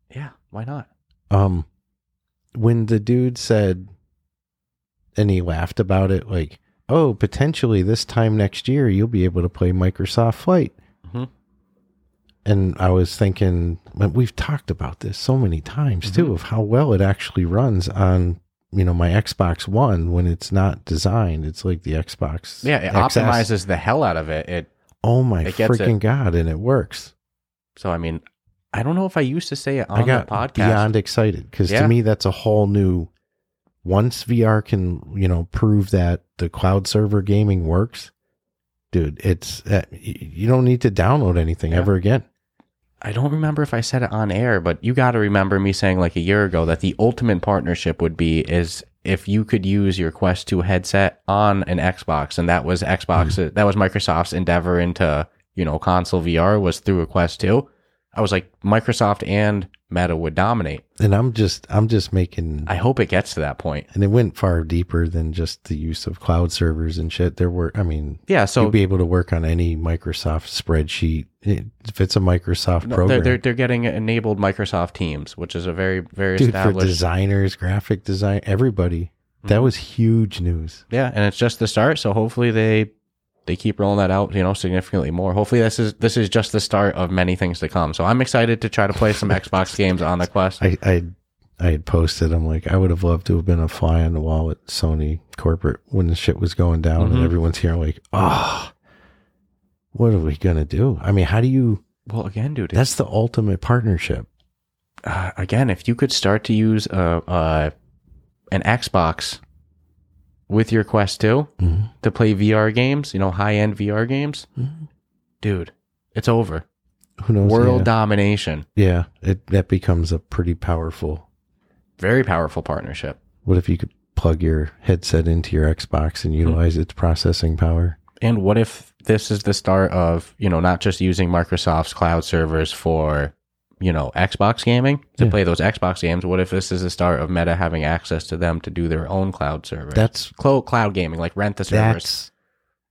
Speaker 1: Yeah, why not?
Speaker 2: Um, when the dude said, and he laughed about it, like, "Oh, potentially this time next year you'll be able to play Microsoft Flight."
Speaker 1: Mhm.
Speaker 2: And I was thinking, but we've talked about this so many times
Speaker 1: Mm-hmm.
Speaker 2: too of how well it actually runs on you know my Xbox One when it's not designed. It's like the Xbox.
Speaker 1: Yeah, it
Speaker 2: XS.
Speaker 1: optimizes the hell out of it. It
Speaker 2: Oh my
Speaker 1: it gets it.
Speaker 2: freaking god! And it works.
Speaker 1: so I mean, I don't know if I used to say it on
Speaker 2: I got
Speaker 1: the podcast.
Speaker 2: beyond excited because
Speaker 1: Yeah.
Speaker 2: to me that's a whole new. Once VR can you know prove that the cloud server gaming works, dude, it's uh, y- you don't need to download anything
Speaker 1: Yeah.
Speaker 2: ever again.
Speaker 1: I don't remember if I said it on air, but you got to remember me saying like a year ago that the ultimate partnership would be is if you could use your Quest 2 headset on an Xbox, and that was Xbox,
Speaker 2: Hmm.
Speaker 1: that was Microsoft's endeavor into you know console VR was through a Quest 2. I was like Microsoft and Meta would dominate.
Speaker 2: And I'm just I'm just making,
Speaker 1: I hope it gets to that point.
Speaker 2: and it went far deeper than just the use of cloud servers and shit. There were, I mean,
Speaker 1: Yeah, so
Speaker 2: you'd be able to work on any Microsoft spreadsheet It- if it's a Microsoft
Speaker 1: no, they're,
Speaker 2: program.
Speaker 1: they're they're getting enabled Microsoft Teams, which is a very very
Speaker 2: dude, for
Speaker 1: established. Mm-hmm.
Speaker 2: designers, graphic design, everybody. That was huge news.
Speaker 1: yeah and it's just the start so hopefully they they keep rolling that out you know significantly more hopefully this is this is just the start of many things to come so i'm excited to try to play some
Speaker 2: *laughs*
Speaker 1: xbox games on the quest
Speaker 2: I I I had posted. I'm like, I would have loved to have been a fly on the wall at Sony corporate when the shit was going down,
Speaker 1: Mhm.
Speaker 2: and everyone's here like, oh, what are we gonna do? I mean, how do you?
Speaker 1: well again dude
Speaker 2: That's the ultimate partnership.
Speaker 1: uh, again if you could start to use uh, uh an xbox with your quest 2
Speaker 2: Mhm.
Speaker 1: to play vr games you know high-end vr games dude it's over
Speaker 2: Who knows?
Speaker 1: world
Speaker 2: Mm-hmm. Yeah.
Speaker 1: domination
Speaker 2: yeah, it that becomes a pretty powerful.
Speaker 1: very powerful partnership
Speaker 2: What if you could plug your headset into your Xbox
Speaker 1: Hmm.
Speaker 2: and utilize its processing power?
Speaker 1: And what if this is the start of, you know, not just using Microsoft's cloud servers for, you know, Xbox gaming to
Speaker 2: Yeah.
Speaker 1: play those Xbox games? What if this is the start of Meta having access to them to do their own cloud servers?
Speaker 2: That's
Speaker 1: Clo- cloud gaming, like rent the servers.
Speaker 2: that's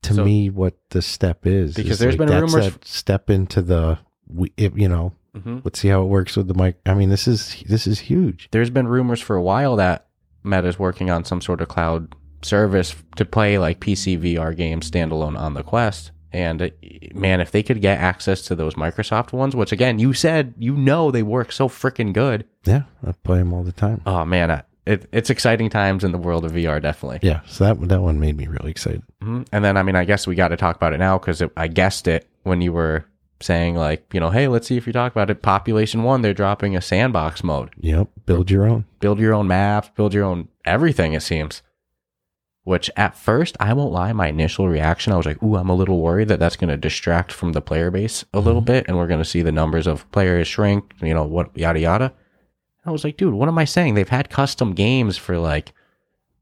Speaker 2: to
Speaker 1: So-
Speaker 2: me what the step is.
Speaker 1: Because
Speaker 2: is
Speaker 1: there's
Speaker 2: like,
Speaker 1: been
Speaker 2: that's
Speaker 1: rumors-
Speaker 2: that step into the we, if, you know
Speaker 1: Mhm.
Speaker 2: let's see how it works with the mic. I mean, this is this is huge.
Speaker 1: There's been rumors for a while that Meta's working on some sort of cloud service to play like PC VR games standalone on the Quest. And uh, man, if they could get access to those Microsoft ones, which again, you said you know they work so freaking good.
Speaker 2: Yeah, I play them all the time.
Speaker 1: oh man, I, it, it's exciting times in the world of VR, definitely.
Speaker 2: Yeah, so that that one made me really excited.
Speaker 1: Mhm. And then, I mean, I guess we got to talk about it now because I guessed it when you were saying, like, you know, hey, let's see if you talk about it. Population one, they're dropping a sandbox mode.
Speaker 2: Yep, build your own.
Speaker 1: Build your own maps, build your own everything, it seems. Which at first, I won't lie, my initial reaction, I was like, ooh, I'm a little worried that that's going to distract from the player base a
Speaker 2: Mm-hmm.
Speaker 1: little bit. And we're going to see the numbers of players shrink, you know, what, yada, yada. I was like, dude, what am I saying? They've had custom games for like,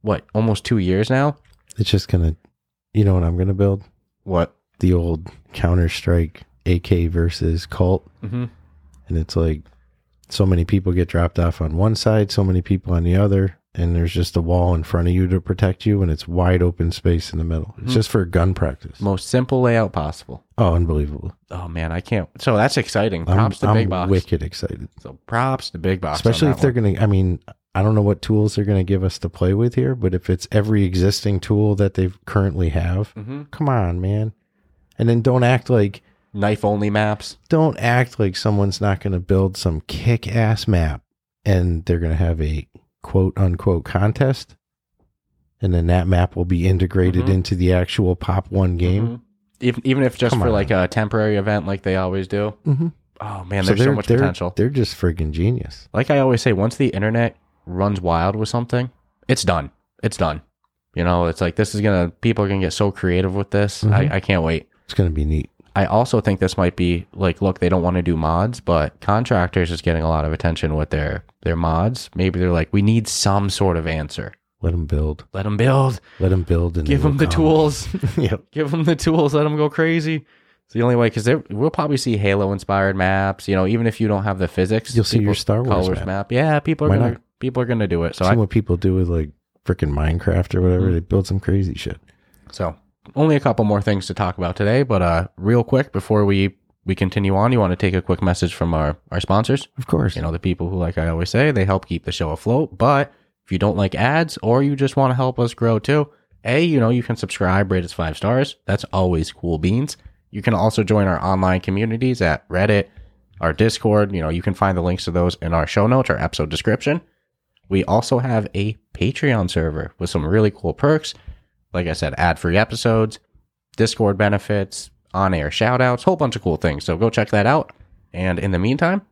Speaker 1: what, almost two years now?
Speaker 2: It's just gonna, you know, what I'm gonna build
Speaker 1: What?
Speaker 2: the old Counter Strike AK versus Cult,
Speaker 1: Mm-hmm.
Speaker 2: and it's like so many people get dropped off on one side, so many people on the other, and there's just a wall in front of you to protect you, and it's wide open space in the middle.
Speaker 1: Mm.
Speaker 2: It's just for gun practice.
Speaker 1: Most simple layout possible.
Speaker 2: Oh, unbelievable!
Speaker 1: Oh, man, I can't. So that's exciting.
Speaker 2: I'm,
Speaker 1: Props to
Speaker 2: I'm
Speaker 1: Big Box.
Speaker 2: wicked excited.
Speaker 1: So props to Big Box. on
Speaker 2: especially
Speaker 1: that
Speaker 2: if they're
Speaker 1: one.
Speaker 2: going to i mean i don't know what tools they're going to give us to play with here but if it's every existing tool that they currently have
Speaker 1: Mhm.
Speaker 2: come on man and then don't act like
Speaker 1: knife only maps.
Speaker 2: don't act like someone's not going to build some kick-ass map and they're going to have a quote unquote contest and then that map will be integrated
Speaker 1: Mhm.
Speaker 2: into the actual pop one game
Speaker 1: Mhm. Even, even if just
Speaker 2: Come
Speaker 1: for
Speaker 2: on.
Speaker 1: like a temporary event like they always do.
Speaker 2: Mhm.
Speaker 1: Oh, man,
Speaker 2: So
Speaker 1: there's so,
Speaker 2: they're-
Speaker 1: much
Speaker 2: they're-
Speaker 1: potential.
Speaker 2: they're just friggin' genius
Speaker 1: like I always say, once the internet runs wild with something, it's done. It's done. You know, it's like this is going to, people are going to get so creative with this.
Speaker 2: Mhm.
Speaker 1: I, I can't wait.
Speaker 2: it's going to be neat
Speaker 1: I also think this might be like, look, they don't want to do mods, but contractors is getting a lot of attention with their their mods. Maybe they're like, we need some sort of answer.
Speaker 2: let them build
Speaker 1: Let them build.
Speaker 2: let them build and
Speaker 1: Give
Speaker 2: they will
Speaker 1: them the *laughs*
Speaker 2: come.
Speaker 1: tools.
Speaker 2: yep
Speaker 1: Give them the tools. Let them go crazy. It's the only way because we'll probably see Halo inspired maps. You know, even if you don't have the physics,
Speaker 2: You'll see
Speaker 1: people-
Speaker 2: your Star Wars
Speaker 1: colors
Speaker 2: map.
Speaker 1: Yeah, people are
Speaker 2: Why
Speaker 1: gonna
Speaker 2: not?
Speaker 1: people are gonna do it. So
Speaker 2: See
Speaker 1: I,
Speaker 2: what people do with like freaking Minecraft or whatever.
Speaker 1: Mhm.
Speaker 2: They build some crazy shit.
Speaker 1: so only a couple more things to talk about today, but uh, real quick before we we continue on, you want to take a quick message from our our sponsors.
Speaker 2: Of course.
Speaker 1: You know, the people who, like I always say, they help keep the show afloat. But if you don't like ads or you just want to help us grow too, A, you know, you can subscribe, rate us five stars. That's always cool beans. You can also join our online communities at Reddit, our Discord. You know, you can find the links to those in our show notes or episode description. We also have a Patreon server with some really cool perks. Like I said, ad free episodes, Discord benefits, on air shout outs, whole bunch of cool things. So go check that out. And in the meantime,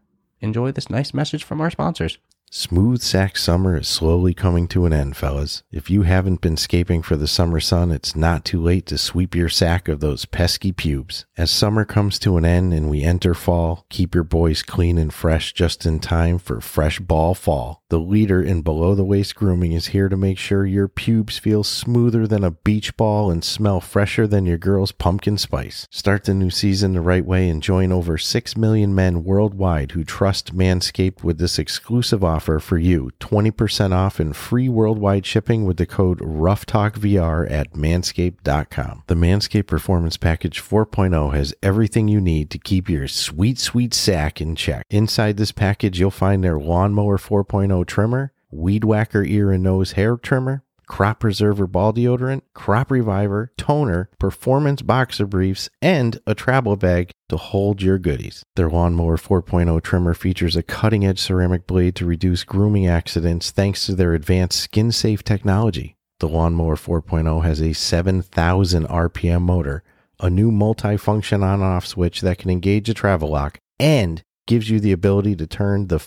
Speaker 1: enjoy this nice message from our sponsors.
Speaker 2: Smooth Sack Summer is slowly coming to an end, fellas. If you haven't been scaping for the summer sun, it's not too late to sweep your sack of those pesky pubes. As summer comes to an end and we enter fall, keep your boys clean and fresh just in time for Fresh Ball Fall. The leader in below the waist grooming is here to make sure your pubes feel smoother than a beach ball and smell fresher than your girl's pumpkin spice. Start the new season the right way and join over 6 million men worldwide who trust Manscaped with this exclusive offer for you 20% off and free worldwide shipping with the code RoughTalkVR at manscaped.com. The Manscaped Performance Package 4.0 has everything you need to keep your sweet, sweet sack in check. Inside this oh package, you'll find their Lawnmower 4.0 trimmer, Weed Whacker ear and nose hair trimmer, Crop Preserver Ball Deodorant, Crop Reviver, Toner, Performance Boxer Briefs, and a travel bag to hold your goodies. Their Lawnmower 4.0 trimmer features a cutting edge ceramic blade to reduce grooming accidents thanks to their advanced skin safe technology. The Lawnmower 4.0 has a 7,000 RPM motor, a new multi-function on off switch that can engage a travel lock, and gives you the ability to turn the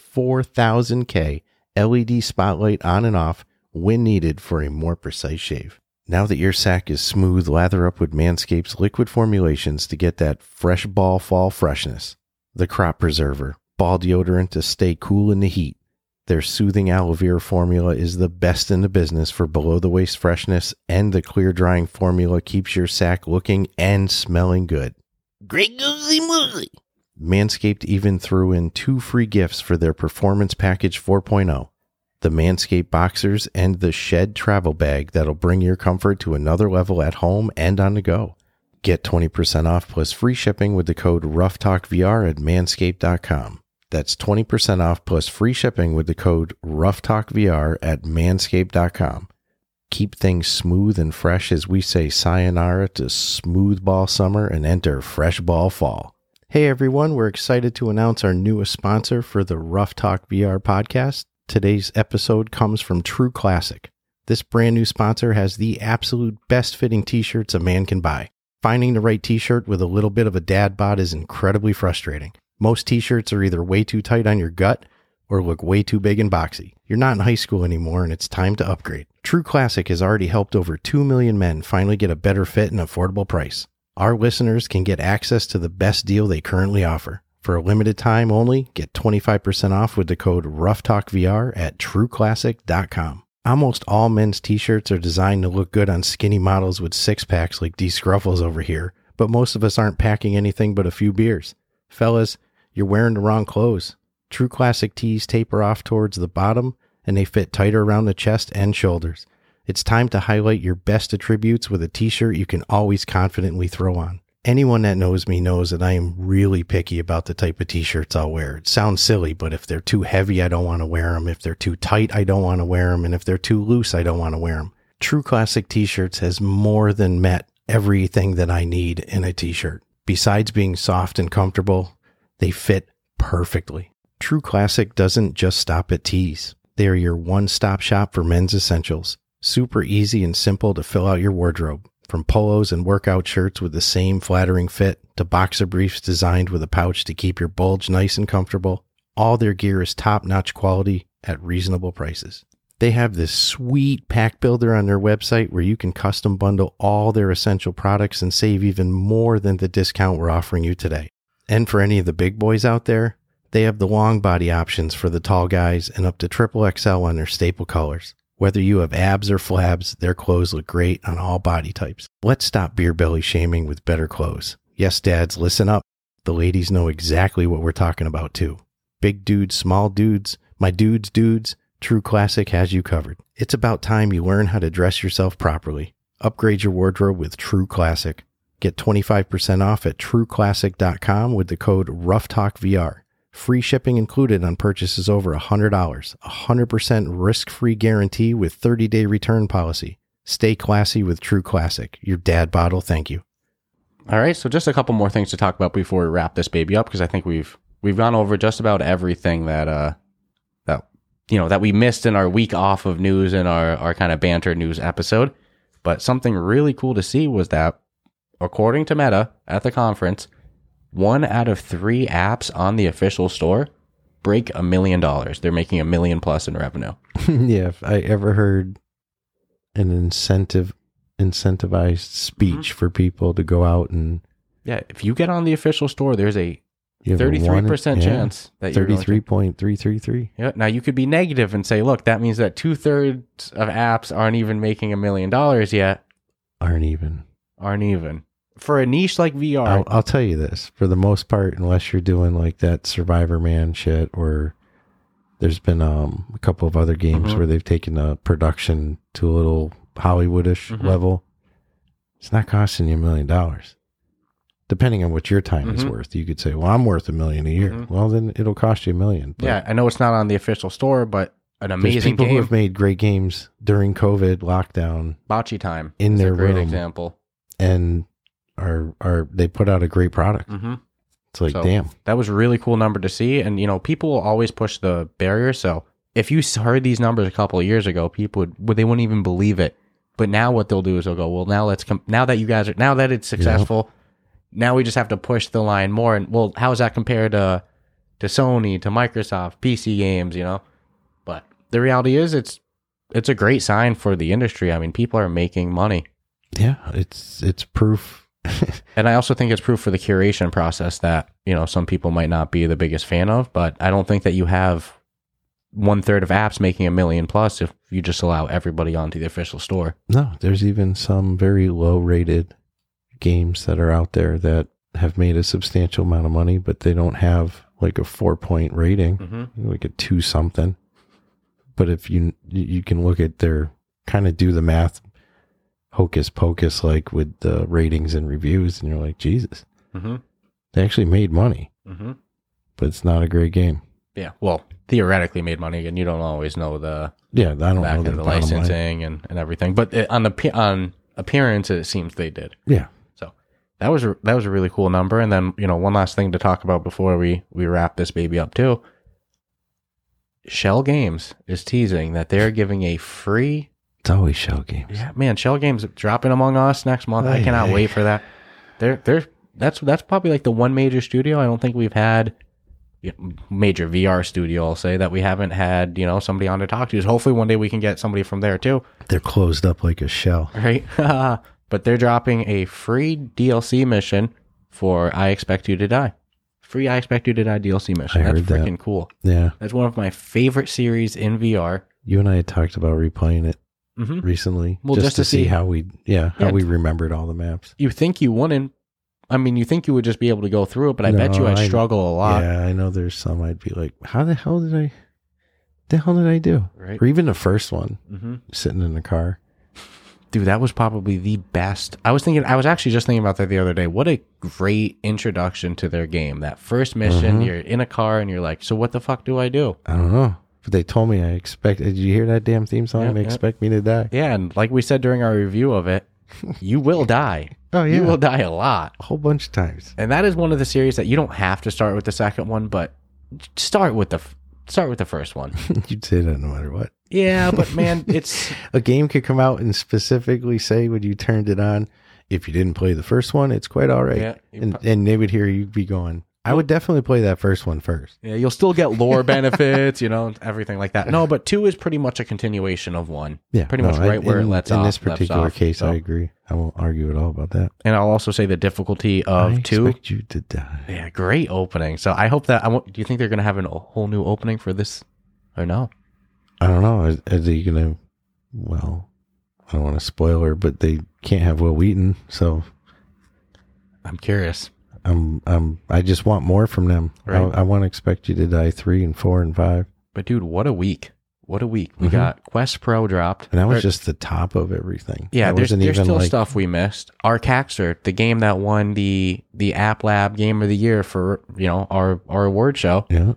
Speaker 2: 4000K LED E spotlight on and off when needed for a more precise shave. Now that your sack is smooth, lather up with Manscaped's liquid formulations to get that fresh ball fall freshness. The crop preserver, ball deodorant to stay cool in the heat. Their soothing aloe vera formula is the best in the business for below the waist freshness, and the clear drying formula keeps your sack looking and smelling good. Great goosey moosey! Manscaped even threw in two free gifts for their Performance Package oh. 4.0 the Manscaped Boxers and the Shed Travel Bag that'll bring your comfort to another level at home and on the go. Get 20% off plus free shipping with the code RoughTalkVR at manscaped.com. That's 20% off plus free shipping with the code RoughTalkVR at manscaped.com. Keep things smooth and fresh as we say sayonara to smooth ball summer and enter fresh ball fall. Hey everyone, we're excited to announce our newest sponsor for the Rough Talk VR podcast. Today's episode comes from True Classic. This brand new sponsor has the absolute best fitting t shirts a man can buy. Finding the right t shirt with a little bit of a dad bod is incredibly frustrating. Most t shirts are either way too tight on your gut or look way too big and boxy. You're not in high school anymore and it's time to upgrade. True Classic has already helped over 2 million men finally get a better fit and affordable price. Our listeners can get access to the best deal they currently offer. For a limited time only, get 25% off with the code RoughTalkVR at trueclassic.com. Almost all men's t shirts are designed to look good on skinny models with six packs like these scruffles over here, but most of us aren't packing anything but a few beers. Fellas, you're wearing the wrong clothes. True Classic tees taper off towards the bottom and they fit tighter around the chest and shoulders. It's time to highlight your best attributes with a t shirt you can always confidently throw on. Anyone that knows me knows that I am really picky about the type of t shirts I'll wear. It sounds silly, but if they're too heavy, I don't want to wear them. If they're too tight, I don't want to wear them. And if they're too loose, I don't want to wear them. True Classic T shirts has more than met everything that I need in a t shirt. Besides being soft and comfortable, they fit perfectly. True Classic doesn't just stop at tees. They are your one stop shop for men's essentials. Super easy and simple to fill out your wardrobe. From polos and workout shirts with the same flattering fit to boxer briefs designed with a pouch to keep your bulge nice and comfortable, all their gear is top notch quality at reasonable prices. They have this sweet pack builder on their website where you can custom bundle all their essential products and save even more than the discount we're offering you today. And for any of the big boys out there, they have the long body options for the tall guys and up to triple XL on their staple colors. Whether you have abs or flabs, their clothes look great on all body types. Let's stop beer belly shaming with better clothes. Yes, dads, listen up. The ladies know exactly what we're talking about, too. Big dudes, small dudes, my dudes, dudes, True Classic has you covered. It's about time you learn how to dress yourself properly. Upgrade your wardrobe with True Classic. Get 25% off at trueclassic.com with the code RoughTalkVR. Free shipping included on purchases over $100. 100% risk free guarantee with 30 day return policy. Stay classy with True Classic. Your dad bottle, thank you.
Speaker 1: All right, so just a couple more things to talk about before we wrap this baby up because I think we've we've gone over just about everything that uh that you know that we missed in our week off of news and our our kind of banter news episode. But something really cool to see was that according to Meta at the conference, one out of three apps on the official store break a million dollars. They're making a million plus in revenue.
Speaker 2: *laughs* yeah, if I ever heard an incentive incentivized speech
Speaker 1: Mm-hmm.
Speaker 2: for people to go out and
Speaker 1: Yeah, if you get on the official store, there's a
Speaker 2: you have a
Speaker 1: thirty three percent
Speaker 2: one- yeah,
Speaker 1: chance that you're going to-
Speaker 2: 33.333.
Speaker 1: Yeah. Now you could be negative and say, look, that means that two thirds of apps aren't even making a million dollars yet.
Speaker 2: Aren't even.
Speaker 1: Aren't even for a niche like VR.
Speaker 2: I'll, I'll tell you this for the most part, unless you're doing like that Survivor Man shit, or there's been um, a couple of other games
Speaker 1: Mhm.
Speaker 2: where they've taken the production to a little Hollywoodish
Speaker 1: Mhm.
Speaker 2: level, it's not costing you a million dollars. Depending on what your time is
Speaker 1: Mhm.
Speaker 2: worth, you could say, "Well, I'm worth a million a year."
Speaker 1: Mhm.
Speaker 2: Well, then it'll cost you a million. but
Speaker 1: yeah, I know it's not on the official store, but an
Speaker 2: There's
Speaker 1: amazing
Speaker 2: people
Speaker 1: game.
Speaker 2: who have made great games during COVID lockdown
Speaker 1: Bocce time
Speaker 2: in
Speaker 1: is
Speaker 2: their
Speaker 1: a great
Speaker 2: room.
Speaker 1: example.
Speaker 2: and are are they put out a great product.
Speaker 1: Mm-hmm.
Speaker 2: It's like
Speaker 1: So-
Speaker 2: damn,
Speaker 1: That was a really cool number to see, and you know people will always push the barrier. So if you s- heard these numbers a couple of years ago, people would well, they wouldn't even believe it. But now what they'll do is they'll go, well, now let's com- now that you guys are now that it's successful, now we just have to push the line more. And well, how is that compared to to Sony, to Microsoft, PC games? You know, but the reality is it's it's a great sign for the industry. I mean, people are making money.
Speaker 2: yeah, it's it's proof. *laughs*
Speaker 1: And I also think it's proof for the curation process that, you know, some people might not be the biggest fan of, but I don't think that you have one third of apps making a million plus if you just allow everybody onto the official store.
Speaker 2: No, there's even some very low rated games that are out there that have made a substantial amount of money, but they don't have like a four point rating,
Speaker 1: Mm-hmm.
Speaker 2: like a two something. But if you you can look at their kind of do the math, hocus pocus like with the ratings and reviews, and you're like Jesus,
Speaker 1: Mm-hmm.
Speaker 2: they actually made money,
Speaker 1: Mm-hmm.
Speaker 2: but it's not a great game.
Speaker 1: Yeah. Well, theoretically made money and you don't always know the
Speaker 2: Yeah, I don't
Speaker 1: back
Speaker 2: know
Speaker 1: of
Speaker 2: their
Speaker 1: the
Speaker 2: bottom line.
Speaker 1: licensing and, and everything, but it, on the pe- on appearance, it seems they did.
Speaker 2: Yeah,
Speaker 1: that was a, that was a really cool number. And then you know one last thing to talk about before we we wrap this baby up too. Shell Games is teasing that they're giving a free.
Speaker 2: it's always shell games.
Speaker 1: Yeah, man, Shell Games dropping Among Us next month. I
Speaker 2: Aye,
Speaker 1: cannot
Speaker 2: aye.
Speaker 1: wait for that. They're they're that's that's probably like the one major studio I don't think we've had you know, major VR studio I'll say that we haven't had you know somebody on to talk to. So hopefully one day we can get somebody from there too *laughs*
Speaker 2: They're closed up like a shell.
Speaker 1: right? *laughs* but they're dropping a free DLC mission for I Expect You to Die. Free I Expect You to Die DLC mission.
Speaker 2: I
Speaker 1: That's
Speaker 2: heard that.
Speaker 1: freaking cool.
Speaker 2: Yeah,
Speaker 1: That's one of my favorite series in VR.
Speaker 2: you and I had talked about replaying it
Speaker 1: hmm
Speaker 2: recently,
Speaker 1: Well,
Speaker 2: Mm-hmm. just, to, see, how we, yeah, how
Speaker 1: Yeah.
Speaker 2: we remembered all the maps.
Speaker 1: You think you wouldn't. I mean, you think you would just be able to go through it, but I bet
Speaker 2: No,
Speaker 1: you I'd
Speaker 2: I-
Speaker 1: struggle a lot.
Speaker 2: Yeah, I know there's some I'd be like, how the hell did I, the hell did I do?
Speaker 1: Right.
Speaker 2: Or even the first one,
Speaker 1: Mm-hmm.
Speaker 2: sitting in the car.
Speaker 1: Dude, that was probably the best. I was thinking, I was actually just thinking about that the other day. What a great introduction to their game. That first mission,
Speaker 2: Mhm.
Speaker 1: you're in a car and you're like, so what the fuck do I do?
Speaker 2: I don't know, but they told me I expect. Did you hear that damn theme song?
Speaker 1: Yep,
Speaker 2: they
Speaker 1: yep.
Speaker 2: expect me to die.
Speaker 1: Yeah, and like we said during our review of
Speaker 2: *laughs*
Speaker 1: it, you will die.
Speaker 2: Oh yeah,
Speaker 1: You will die a lot.
Speaker 2: a whole bunch of times. *laughs*
Speaker 1: And that is one of the series that you don't have to start with the second one, but start with the f- start with the first
Speaker 2: *laughs*
Speaker 1: one.
Speaker 2: You'd say that no matter what.
Speaker 1: Yeah, but man, it's
Speaker 2: A game could come out and specifically say when you turned it on, if you didn't play the first one, it's quite all right.
Speaker 1: yeah, you
Speaker 2: and, and they would hear you be going, I would definitely play that first one first.
Speaker 1: Yeah, you'll still get
Speaker 2: *laughs*
Speaker 1: lore benefits, you know, and everything like that. No, but two is pretty much a continuation of one.
Speaker 2: Yeah,
Speaker 1: pretty
Speaker 2: no,
Speaker 1: much
Speaker 2: I-
Speaker 1: right where
Speaker 2: in,
Speaker 1: it lets
Speaker 2: in
Speaker 1: off.
Speaker 2: this
Speaker 1: left
Speaker 2: particular
Speaker 1: off,
Speaker 2: case,
Speaker 1: so.
Speaker 2: I agree. I won't argue at all about that.
Speaker 1: and I'll also say the difficulty of
Speaker 2: I
Speaker 1: two.
Speaker 2: expect you to die.
Speaker 1: Yeah, great opening. So I hope that I won't, do you think they're going to have an- a whole new opening for this or no?
Speaker 2: I don't know. Are, are they gonna? Well, I don't want to spoil her, but they can't have Will Wheaton, so
Speaker 1: I'm curious.
Speaker 2: I'm I'm I just want more from them.
Speaker 1: Right.
Speaker 2: I, I want to expect you to die three and four and five,
Speaker 1: But dude, what a week! What a week! We
Speaker 2: Mhm.
Speaker 1: got Quest Pro dropped,
Speaker 2: and that was
Speaker 1: Or-
Speaker 2: just the top of everything.
Speaker 1: yeah.
Speaker 2: That
Speaker 1: There's
Speaker 2: wasn't
Speaker 1: there's
Speaker 2: even
Speaker 1: still
Speaker 2: like-
Speaker 1: stuff we missed. Arcaxer, the game that won the the App Lab Game of the Year for you know our our award show,
Speaker 2: Yeah,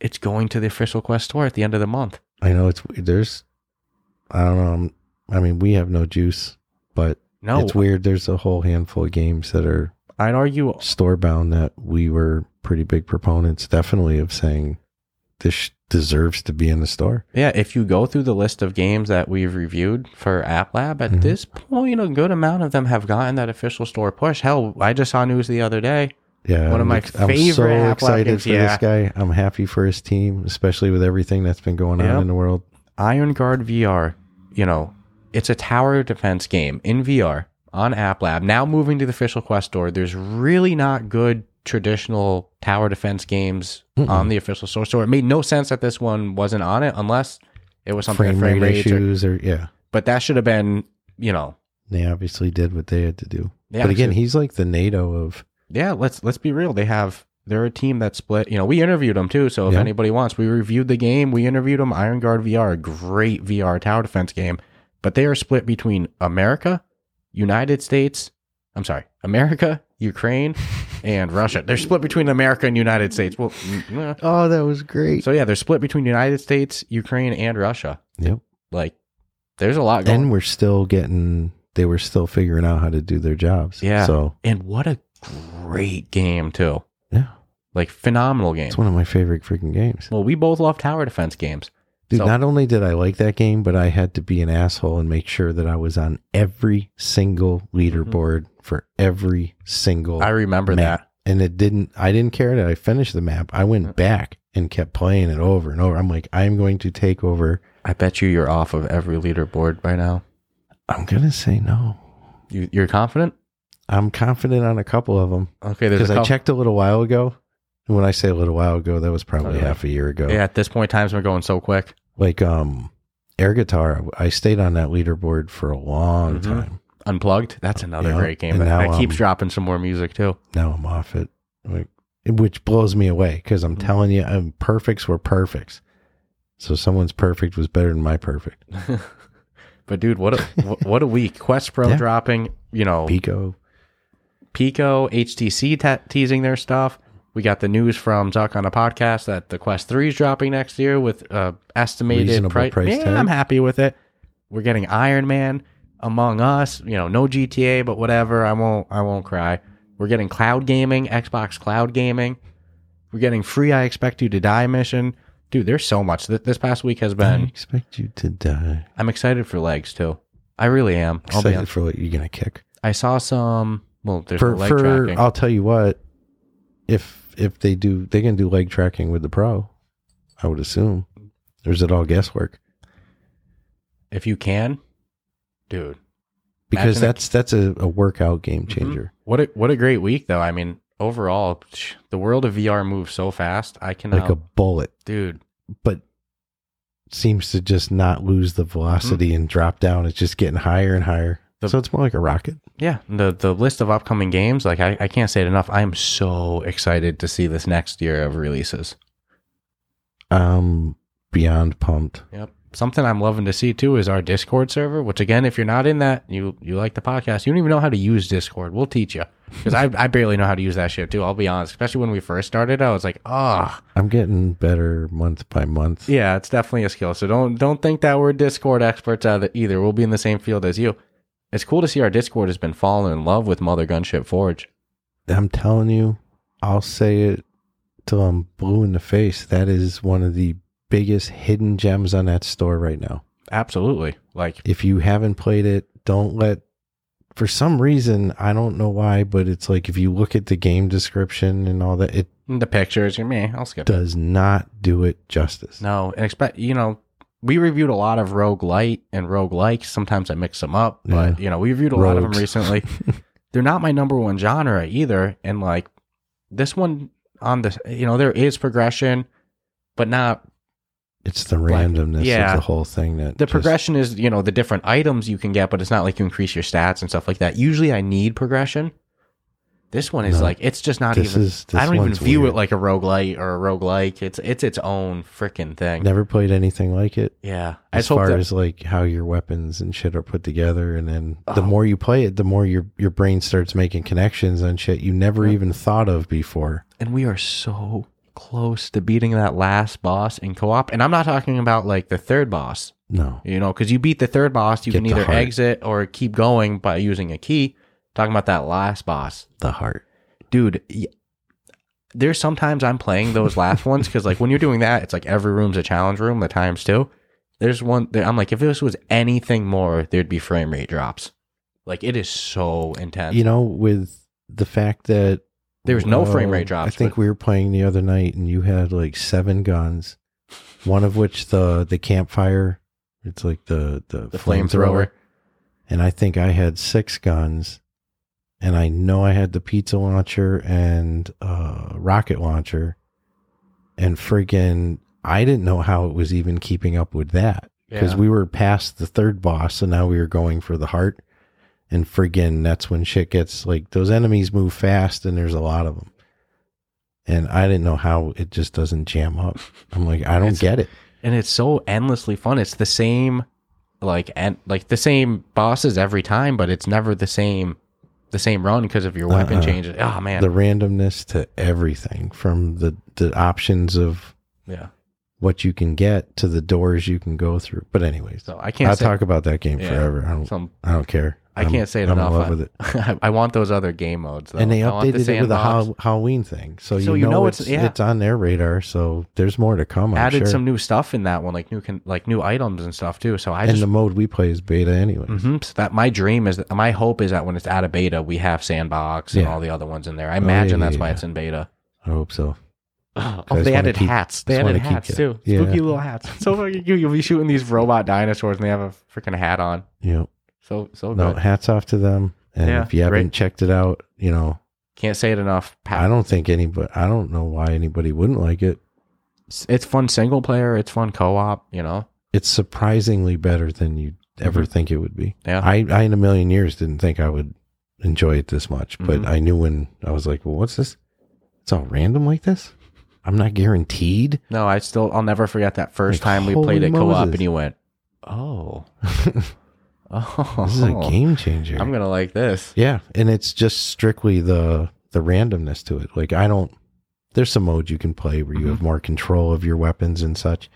Speaker 1: it's going to the official Quest store at the end of the month.
Speaker 2: I know it's there's. I don't know. I'm- I mean, we have no juice, but
Speaker 1: No,
Speaker 2: It's weird. There's a whole handful of games that are
Speaker 1: I'd argue
Speaker 2: store bound that we were pretty big proponents, definitely, of saying this sh- deserves to be in the store.
Speaker 1: Yeah, if you go through the list of games that we've reviewed for App Lab, at
Speaker 2: Mhm.
Speaker 1: this point, a good amount of them have gotten that official store push. Hell, I just saw news the other day.
Speaker 2: Yeah,
Speaker 1: One of my favorite Half-Life
Speaker 2: excited
Speaker 1: games,
Speaker 2: for
Speaker 1: yeah.
Speaker 2: this guy. I'm happy for his team, especially with everything that's been going
Speaker 1: Yep.
Speaker 2: on in the world.
Speaker 1: Iron Guard VR, you know, it's a tower defense game in VR on App Lab. Now moving to the official Quest store, there's really not good traditional tower defense games
Speaker 2: Mm-mm.
Speaker 1: on the official store. So it made no sense that this one wasn't on it unless it was something
Speaker 2: Frame,
Speaker 1: frame, frame
Speaker 2: rate
Speaker 1: rates. Or,
Speaker 2: issues, or yeah,
Speaker 1: but that should have been, you know,
Speaker 2: they obviously did what they had to do.
Speaker 1: they
Speaker 2: but again,
Speaker 1: actually-
Speaker 2: he's like the NATO of
Speaker 1: yeah, let's let's be real. They have they're a team that split. You know, we interviewed them too. So if
Speaker 2: Yeah.
Speaker 1: anybody wants, we reviewed the game. We interviewed them. Iron Guard VR, a great VR tower defense game, but they are split between America, *laughs* United States. I'm sorry, America, Ukraine, and Russia. They're split between America and United States. Well, mm, yeah.
Speaker 2: Oh, that was great.
Speaker 1: so yeah, they're split between United States, Ukraine, and Russia.
Speaker 2: Yep.
Speaker 1: Like, there's a lot going.
Speaker 2: And we're still getting. They were still figuring out how to do their jobs.
Speaker 1: Yeah.
Speaker 2: So
Speaker 1: and what a great game too.
Speaker 2: yeah,
Speaker 1: Like phenomenal game.
Speaker 2: it's one of my favorite freaking games.
Speaker 1: Well, we both love tower defense games.
Speaker 2: Dude,
Speaker 1: So-
Speaker 2: not only did I like that game, but I had to be an asshole and make sure that I was on every single leaderboard for every single
Speaker 1: Mm-hmm. I remember
Speaker 2: map.
Speaker 1: that.
Speaker 2: And it didn't I didn't care that I finished the map. I went
Speaker 1: Mm-hmm.
Speaker 2: back and kept playing it over and over. I'm like, I'm going to take over.
Speaker 1: I bet you you're off of every leaderboard by now.
Speaker 2: I'm gonna say no.
Speaker 1: You, you're confident?
Speaker 2: I'm confident on a couple of them
Speaker 1: Okay, there's
Speaker 2: because
Speaker 1: a
Speaker 2: I
Speaker 1: couple-
Speaker 2: checked a little while ago. And when I say a little while ago, that was probably
Speaker 1: Oh, yeah.
Speaker 2: half a year ago.
Speaker 1: Yeah, at this point, times are going so quick.
Speaker 2: Like um air guitar, I stayed on that leaderboard for a long
Speaker 1: Mhm.
Speaker 2: time.
Speaker 1: Unplugged. That's another
Speaker 2: Yeah,
Speaker 1: great game.
Speaker 2: and
Speaker 1: That,
Speaker 2: now,
Speaker 1: that keeps
Speaker 2: um,
Speaker 1: dropping some more music too.
Speaker 2: now I'm off it, like, which blows me away because
Speaker 1: Mm.
Speaker 2: I'm telling you, I'm perfects were perfects. So someone's perfect was better than my perfect.
Speaker 1: Oh. But dude,
Speaker 2: *laughs*
Speaker 1: what a wh- what a week! Quest Pro
Speaker 2: Yeah.
Speaker 1: dropping. You know,
Speaker 2: Pico,
Speaker 1: Pico, HTC te- teasing their stuff. We got the news from Zuck on a podcast that the Quest 3 is dropping next year with uh, estimated
Speaker 2: Reasonable
Speaker 1: price.
Speaker 2: price
Speaker 1: yeah,
Speaker 2: tag.
Speaker 1: I'm happy with it. We're getting Iron Man among us, you know, no GTA, but whatever. I won't I won't cry. We're getting cloud gaming, Xbox cloud gaming. We're getting free I expect you to die mission. Dude, there's so much. Th- This past week has
Speaker 2: I
Speaker 1: been
Speaker 2: expect you to die.
Speaker 1: I'm excited for legs too. I really am. I'll be
Speaker 2: Excited
Speaker 1: honest.
Speaker 2: for what you're gonna kick.
Speaker 1: I saw some well, there's
Speaker 2: For
Speaker 1: no leg
Speaker 2: for
Speaker 1: tracking.
Speaker 2: I'll tell you what, if if they do, they can do leg tracking with the pro. I would assume. Or is it all guesswork?
Speaker 1: if you can, dude. Imagine it-
Speaker 2: Because
Speaker 1: Mm-hmm.
Speaker 2: that's that's a, a workout game changer.
Speaker 1: What a, what a great week though. I mean, overall, psh, the world of VR moves so fast. I cannot,
Speaker 2: Like a bullet,
Speaker 1: dude.
Speaker 2: but seems to just not lose the velocity and drop down. It's just getting higher and higher.
Speaker 1: Mm-hmm. The-
Speaker 2: so it's more like a rocket.
Speaker 1: Yeah, the the list of upcoming games. Like I, I can't say it enough. I am so excited to see this next year of releases.
Speaker 2: Um, beyond pumped.
Speaker 1: Yep. Something I'm loving to see too is our Discord server. Which again, if you're not in that, you you like the podcast, you don't even know how to use Discord. We'll teach you because I I barely know how to use that shit too. I'll be honest. Especially when we first started, I was like, ah.
Speaker 2: I'm getting better month by month.
Speaker 1: Yeah, it's definitely a skill. So don't don't think that we're Discord experts either. either. We'll be in the same field as you. It's cool to see our Discord has been falling in love with Mother Gunship Forge.
Speaker 2: I'm telling you, I'll say it till I'm blue in the face. That is one of the biggest hidden gems on that store right now.
Speaker 1: Absolutely. Like
Speaker 2: If you haven't played it, don't let. For some reason, I don't know why, but it's like if you look at the game description and all that, it
Speaker 1: the pictures, you're me. I'll skip. it.
Speaker 2: does not do it justice.
Speaker 1: No, and expect you know we reviewed a lot of Rogue Light and Rogue Likes. Sometimes I mix them up, but you know we reviewed a lot of them
Speaker 2: Rogues.
Speaker 1: recently.
Speaker 2: *laughs*
Speaker 1: They're not my number one genre either, and like this one on the you know there is progression, but not
Speaker 2: It's the randomness
Speaker 1: yeah.
Speaker 2: of the whole thing that
Speaker 1: the
Speaker 2: just-
Speaker 1: progression is you know the different items you can get but it's not like you increase your stats and stuff like that usually i need progression this one is
Speaker 2: No.
Speaker 1: like it's just not
Speaker 2: This
Speaker 1: even
Speaker 2: is this
Speaker 1: i don't even
Speaker 2: one's
Speaker 1: view
Speaker 2: weird.
Speaker 1: it like a roguelite or a roguelike it's it's its own freaking thing
Speaker 2: Never played anything like it.
Speaker 1: yeah i
Speaker 2: As
Speaker 1: just hope
Speaker 2: far
Speaker 1: that
Speaker 2: as like how your weapons and shit are put together, and then the
Speaker 1: Oh.
Speaker 2: more you play it, the more your your brain starts making connections on shit you never even thought of before.
Speaker 1: and we are so close to beating that last boss in co-op and i'm not talking about like the third boss
Speaker 2: No,
Speaker 1: You know, because you beat the third boss, you
Speaker 2: Get
Speaker 1: can
Speaker 2: the
Speaker 1: either
Speaker 2: heart.
Speaker 1: exit or keep going by using a key. Talking about that last boss,
Speaker 2: the heart.
Speaker 1: dude. Y- there's sometimes I'm playing those last ones because, like, when you're doing that, it's like every room's a challenge room. The times two. There's one. There, I'm like, if this was anything more, there'd be frame rate drops. Like it is so intense.
Speaker 2: You know, with the fact that
Speaker 1: there was no
Speaker 2: uh,
Speaker 1: frame rate drops.
Speaker 2: I think
Speaker 1: but-
Speaker 2: we were playing the other night, and you had like seven guns, one of which the the campfire. It's like the the,
Speaker 1: the flamethrower.
Speaker 2: and I think I had six guns, and I know I had the pizza launcher and uh, rocket launcher, and freaking I didn't know how it was even keeping up with that because
Speaker 1: Yeah.
Speaker 2: we were past the third boss, and now we were going for the heart, and friggin' that's when shit gets like those enemies move fast, and there's a lot of them. And I didn't know how it just doesn't jam up. I'm like, I don't
Speaker 1: It's-
Speaker 2: get it.
Speaker 1: and it's so endlessly fun. It's the same, like and like the same bosses every time, but it's never the same the same run because of your weapon
Speaker 2: Uh-uh.
Speaker 1: changes. Oh man,
Speaker 2: The randomness to everything from the, the options of
Speaker 1: yeah.
Speaker 2: what you can get to the doors you can go through. But anyways,
Speaker 1: So I can't
Speaker 2: I'll
Speaker 1: say
Speaker 2: talk about that game
Speaker 1: Yeah.
Speaker 2: forever. I don't,
Speaker 1: some.
Speaker 2: I don't care.
Speaker 1: I can't say it
Speaker 2: I'm
Speaker 1: enough.
Speaker 2: in love
Speaker 1: I-
Speaker 2: with it.
Speaker 1: *laughs* I want those other game modes. Though.
Speaker 2: and they
Speaker 1: I want the
Speaker 2: updated it with a
Speaker 1: sandbox.
Speaker 2: Hall- Halloween thing, so,
Speaker 1: So
Speaker 2: you, know, it's it's,
Speaker 1: yeah.
Speaker 2: on their radar. So there's more to come. I'm
Speaker 1: added
Speaker 2: sure.
Speaker 1: some new stuff in that one, like new con- like new items and stuff too. So I
Speaker 2: and
Speaker 1: just
Speaker 2: the mode we play is beta anyway.
Speaker 1: hmm So that my dream is my hope is that when it's out of beta, we have Sandbox and
Speaker 2: Yeah. Oh,
Speaker 1: all the other ones in there. I imagine
Speaker 2: yeah,
Speaker 1: that's
Speaker 2: yeah,
Speaker 1: why
Speaker 2: yeah.
Speaker 1: it's in beta.
Speaker 2: I hope so.
Speaker 1: *gasps* Oh,
Speaker 2: I just
Speaker 1: they
Speaker 2: wanna
Speaker 1: added
Speaker 2: keep-
Speaker 1: hats. They
Speaker 2: just
Speaker 1: added
Speaker 2: wanna keep
Speaker 1: hats
Speaker 2: it.
Speaker 1: too.
Speaker 2: Yeah.
Speaker 1: Spooky little hats. So fucking cute. You'll be shooting these robot dinosaurs and they have a freaking hat on.
Speaker 2: Yep.
Speaker 1: So so
Speaker 2: No,
Speaker 1: good.
Speaker 2: hats off to them. And
Speaker 1: Yeah,
Speaker 2: if you haven't
Speaker 1: great.
Speaker 2: checked it out, you know,
Speaker 1: Can't say it enough. Pat.
Speaker 2: I don't think anybody. I don't know why anybody wouldn't like it.
Speaker 1: It's, it's fun single player. It's fun co op. You know.
Speaker 2: It's surprisingly better than you would ever think it would be.
Speaker 1: Mm-hmm. Yeah.
Speaker 2: I, I in a million years didn't think I would enjoy it this much,
Speaker 1: Mhm.
Speaker 2: but I knew when I was like, "Well, what's this? It's all random like this. I'm not guaranteed."
Speaker 1: No, I still I'll never forget that first
Speaker 2: Like,
Speaker 1: time we
Speaker 2: holy
Speaker 1: played it co op
Speaker 2: Moses.
Speaker 1: and you went, *laughs*
Speaker 2: *laughs*
Speaker 1: oh, oh,
Speaker 2: This is a game changer.
Speaker 1: I'm gonna like
Speaker 2: *laughs*
Speaker 1: this.
Speaker 2: Yeah, and it's just strictly the the randomness to it. Like I don't there's some mode you can play
Speaker 1: Mm-hmm.
Speaker 2: where you have more control of your weapons and such.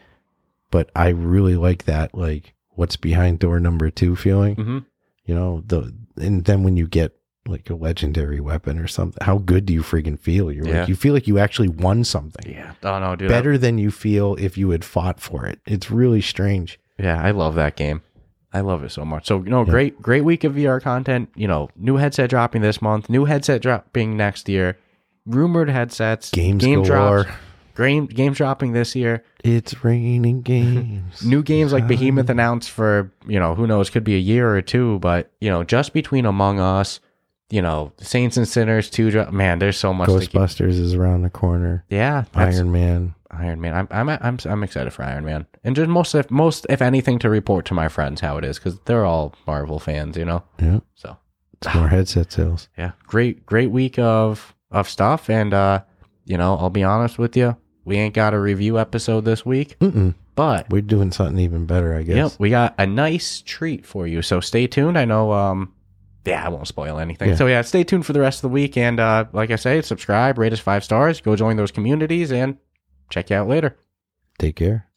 Speaker 2: But I really like that like what's behind door number 2 feeling.
Speaker 1: Mhm.
Speaker 2: You know, the and then when you get like a legendary weapon or something, how good do you freaking feel? You're
Speaker 1: Yeah.
Speaker 2: like you feel like you actually won something.
Speaker 1: Yeah. Oh no, dude. I-
Speaker 2: Better than you feel if you had fought for it. It's really strange.
Speaker 1: Yeah, I love that game. I love it so much. So no, great, great week of VR content. You know, new headset dropping this month, new headset dropping next year, rumored headsets,
Speaker 2: Games galore.
Speaker 1: drops, game game dropping this year,
Speaker 2: It's raining games.
Speaker 1: *laughs* new games like
Speaker 2: Ah.
Speaker 1: Behemoth announced for you know who knows could be a year or two, but you know just between Among Us, you know Saints and Sinners two, dro- man, there's so much. to keep-
Speaker 2: Ghostbusters is around the corner.
Speaker 1: Yeah, that's-
Speaker 2: Iron Man.
Speaker 1: Iron Man. I'm I'm I'm I'm excited for Iron Man, and just most if most if anything to report to my friends how it is because they're all Marvel fans, you know.
Speaker 2: Yeah.
Speaker 1: So
Speaker 2: It's
Speaker 1: *sighs*
Speaker 2: more headset sales.
Speaker 1: yeah, great great week of of stuff, and uh, you know I'll be honest with you, we ain't got a review episode this week,
Speaker 2: Mm-mm.
Speaker 1: but
Speaker 2: We're doing something even better, I guess.
Speaker 1: yep, we got a nice treat for you. So stay tuned. I know. Um, yeah, I won't spoil anything.
Speaker 2: Yeah.
Speaker 1: So yeah, stay tuned for the rest of the week, and uh, like I say, subscribe, rate us five stars, go join those communities, and check you out later.
Speaker 2: Take care.